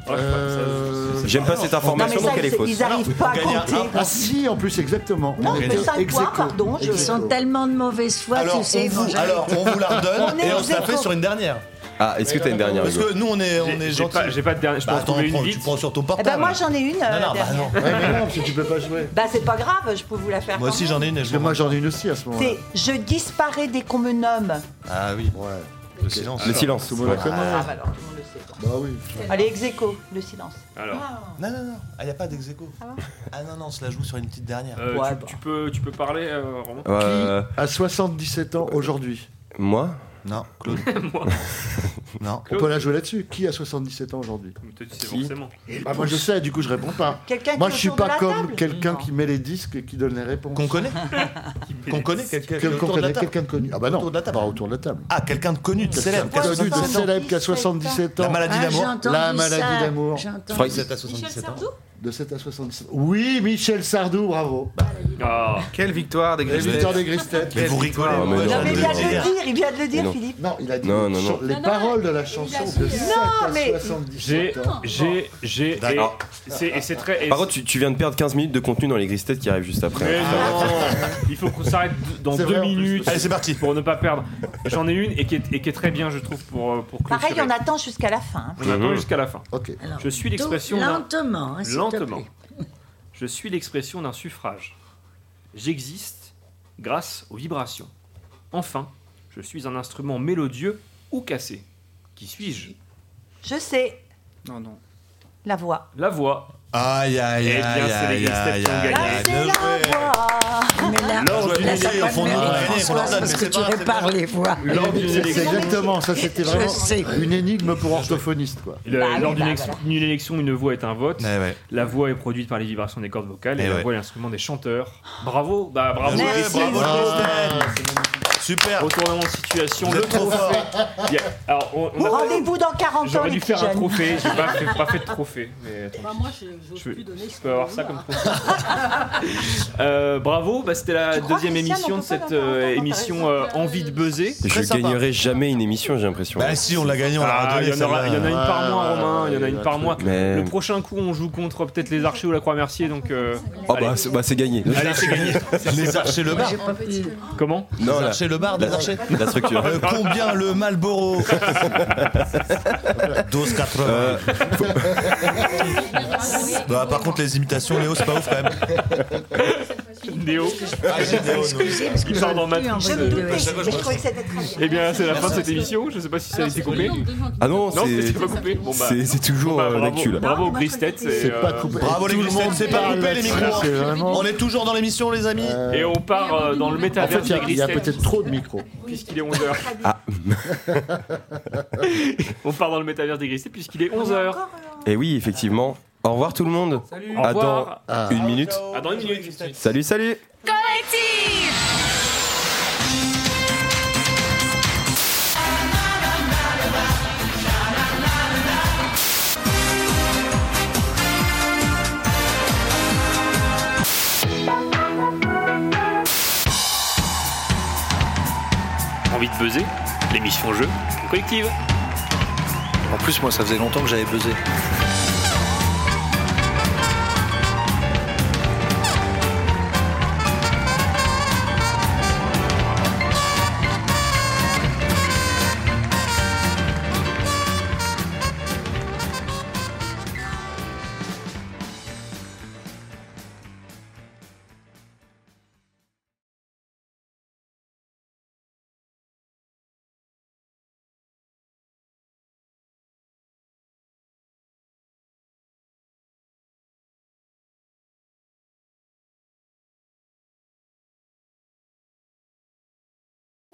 Ah, je sais pas, ça- c'est- c'est-
J'aime pas cette information,
ça,
donc elle est
c'est-
fausse.
ils arrivent pas à
gagnez un-
compter.
Ah si, en plus, exactement.
Non,
On
mais
était
5
ex
points,
aequo.
pardon. je-
Ils sont tellement de mauvaise foi,
Alors
tu sais.
on,
moi,
vous,
j'ai-
alors, on vous la redonne
On est
et on
aux
se la fait
échos.
sur une dernière.
Ah, est-ce que t'as une dernière
Parce
Hugo
que nous, on est, on
j'ai-
est
j'ai
gentils.
pas- J'ai pas de dernière. Je peux
Bah,
en
attends,
trouver
prends-
une
tu
vite.
prends sur ton
Eh
portable.
ben moi j'en ai une. euh,
non, non, bah
dernière.
non.
Ouais, mais non, parce que tu peux pas jouer.
Bah, c'est pas grave, je peux vous la faire.
Moi
quand
aussi,
même.
j'en ai une. et
Parce
je
que
m'en-
moi, j'en ai une aussi à ce moment-là.
C'est je disparais dès qu'on me nomme.
Ah oui,
Ouais.
le silence.
Le silence.
Tout le monde la connaît.
Ah, bah alors tout le monde le sait.
Bah oui.
Allez, ex aequo, le silence.
Alors,
Non, non, non, il n'y a pas d'ex aequo.
Ah bon
Ah non, non, on se la joue sur une petite dernière.
euh,
Ouais,
tu-
bah.
tu, peux, tu peux parler, euh, Romain
Euh,
Qui a 77 ans aujourd'hui
Moi
Non, Claude.
Moi.
Non.
On peut la jouer là-dessus. Qui a 77 ans aujourd'hui
Tu me te dis, c'est
Si.
forcément.
Bah moi je sais, du coup je réponds pas.
Quelqu'un
Moi
qui
je
est
suis
autour de
pas
la
comme
table
quelqu'un
Non.
qui met les disques et qui donne les réponses.
Qu'on connaît Qu'on connaît quelqu'un qui est
Quelqu'un
autour de la
connaît,
table
quelqu'un de connu. Ah bah non,
Autour de la table.
pas autour de la table.
Ah, quelqu'un de connu, de célèbre. qui a
Ouais,
Connu de
77 ans.
célèbre qui a 77 ans.
La maladie
Ah, j'ai
d'amour.
entendu
La maladie
ça.
d'amour.
J'ai entendu
Freud.
ça.
Vous êtes à
Michel
77 ans.
Sardou
De 7 à 77 ans. Oui, Michel Sardou, bravo.
Bah,
Ah.
Quelle victoire des
Les
Grizzlies.
victoire des grises têtes.
Mais vous rigolez.
Ah, mais
moi,
non,
j'en
Non, mais
ai
il
mais
une
vient de
non.
dernière.
le dire, il vient de le dire,
Mais non.
Philippe.
Non, il a dit
Non, non,
sur-
non.
les
Non, non,
paroles de
il
la
a
chanson
su,
de
euh,
7
Non,
à hein.
mais-
77
J'ai,
ans.
j'ai, j'ai. et-
D'accord.
c'est- Et c'est très. et
Par contre, tu, tu viens de perdre 15 minutes de contenu dans les grises têtes qui arrivent juste
Mais
après.
non Il faut qu'on s'arrête dans deux
C'est vrai, en plus,
minutes
Allez, Ah. c'est parti.
pour ne pas perdre. J'en ai une et qui, est, et qui est très bien, je trouve, pour, euh, pour clôturer.
Pareil, on attend jusqu'à la fin. hein.
On attend
Mhm.
jusqu'à la fin.
Ok.
Alors,
Je suis
tout
l'expression d'un-
Lentement, hein, s'il te
Lentement.
plaît.
Je suis l'expression d'un suffrage. J'existe grâce aux vibrations. Enfin, je suis un instrument mélodieux ou cassé. Qui suis-je
Je sais
Non, non.
la voix.
La voix.
Aïe, aïe,
Eh bien,
aïe,
c'est les
aïe,
Grises têtes
aïe,
qui ont
aïe,
gagné.
aïe,
Là, c'est
bien
la
joué.
voix.
Mais là,
Là, on
là,
joue une
ça
idée,
n'a
au
pas de
fond de
mérite,
la main,
François,
on donne, mais
parce que
c'est
tu
pas- c'est
répares les voix.
Lors d'une
C'est
élection,
exactement ça, c'était vraiment
sais.
une énigme pour orthophoniste quoi.
le-
Bah oui,
lors d'une
bah
ex-
voilà.
d'une élection, une voix est un vote.
Eh ouais.
La voix est produite par les vibrations des cordes vocales et,
Eh
la
ouais.
voix est l'instrument des chanteurs. Bravo, bah bravo.
Bien joué,
Merci,
Ah bravo,
bravo.
Christelle. Super.
Retournement de situation,
Vous
le
êtes trop
trophée.
fort.
Il y a- alors, on- on a-
Rendez-vous dans 40 ans.
J'aurais
les
dû
petits
faire un
jeunes.
trophée, j'ai pas fait, pas fait de trophée. Mais
Bah, moi, je j'ose
Je,
plus donner ce
peux avoir
qu'on
ça
veut,
comme
hein.
Euh, bravo, bah, c'était la
crois,
deuxième
Christiane,
émission
on
de
peut pas
cette euh, émission euh, Envie de buzzer.
Je gagnerai jamais une émission, j'ai l'impression.
Bah si, on l'a gagné, on l'a
Ah, il y en
redonné,
aura-
celle-là.
il y en a une par
Ouais,
mois,
ouais,
Romain. Il y en a
ouais,
une
ouais,
par mois.
Mais-
Le
Euh,
prochain coup, on joue contre peut-être les Archers ou la Croix-Mercier. Donc, euh,
Ah
Oh
allez.
bah c'est bah, c'est gagné.
Allez, c'est gagné.
Les archers le bar.
Comment
Non,
les
la-
archers le bar, des
la-
archers.
la structure.
Euh, combien le Malboro 12,80. Euh. Bah, par contre, les imitations, Léo, c'est pas ouf quand même.
Néo.
Ah,
Il part dans Matrix.
Je me doutais, mais je trouvais que c'était très bien.
Eh bien, c'est la fin de cette émission. Je sais pas si ça a été coupé.
Ah non,
Non,
c'est-
c'était pas coupé. Bon, bah,
c'est- c'est toujours
bah,
euh,
bravo,
d'actu là.
Bravo, Gris Tête. euh,
C'est pas coupé.
Bravo les
Tout le
Grissettes,
monde
c'est pas
parle
coupé les
là-dessus,
micros.
c'est vraiment-
On est toujours dans l'émission, les amis.
Et on part euh, dans le
En fait,
métavers
il y
des
a- il y a,
Gris-Têtes,
peut-être trop de micros.
puisqu'il est 11h.
Ah.
on part dans le métavers des Gris-Têtes, puisqu'il est 11h.
Et oui, effectivement. Au revoir tout le monde.
Salut.
À
Au revoir.
dans une minute.
À dans une minute.
Salut, salut.
Collectif
Envie de buzzer L'émission jeu collective.
En plus, moi, ça faisait longtemps que j'avais buzzé.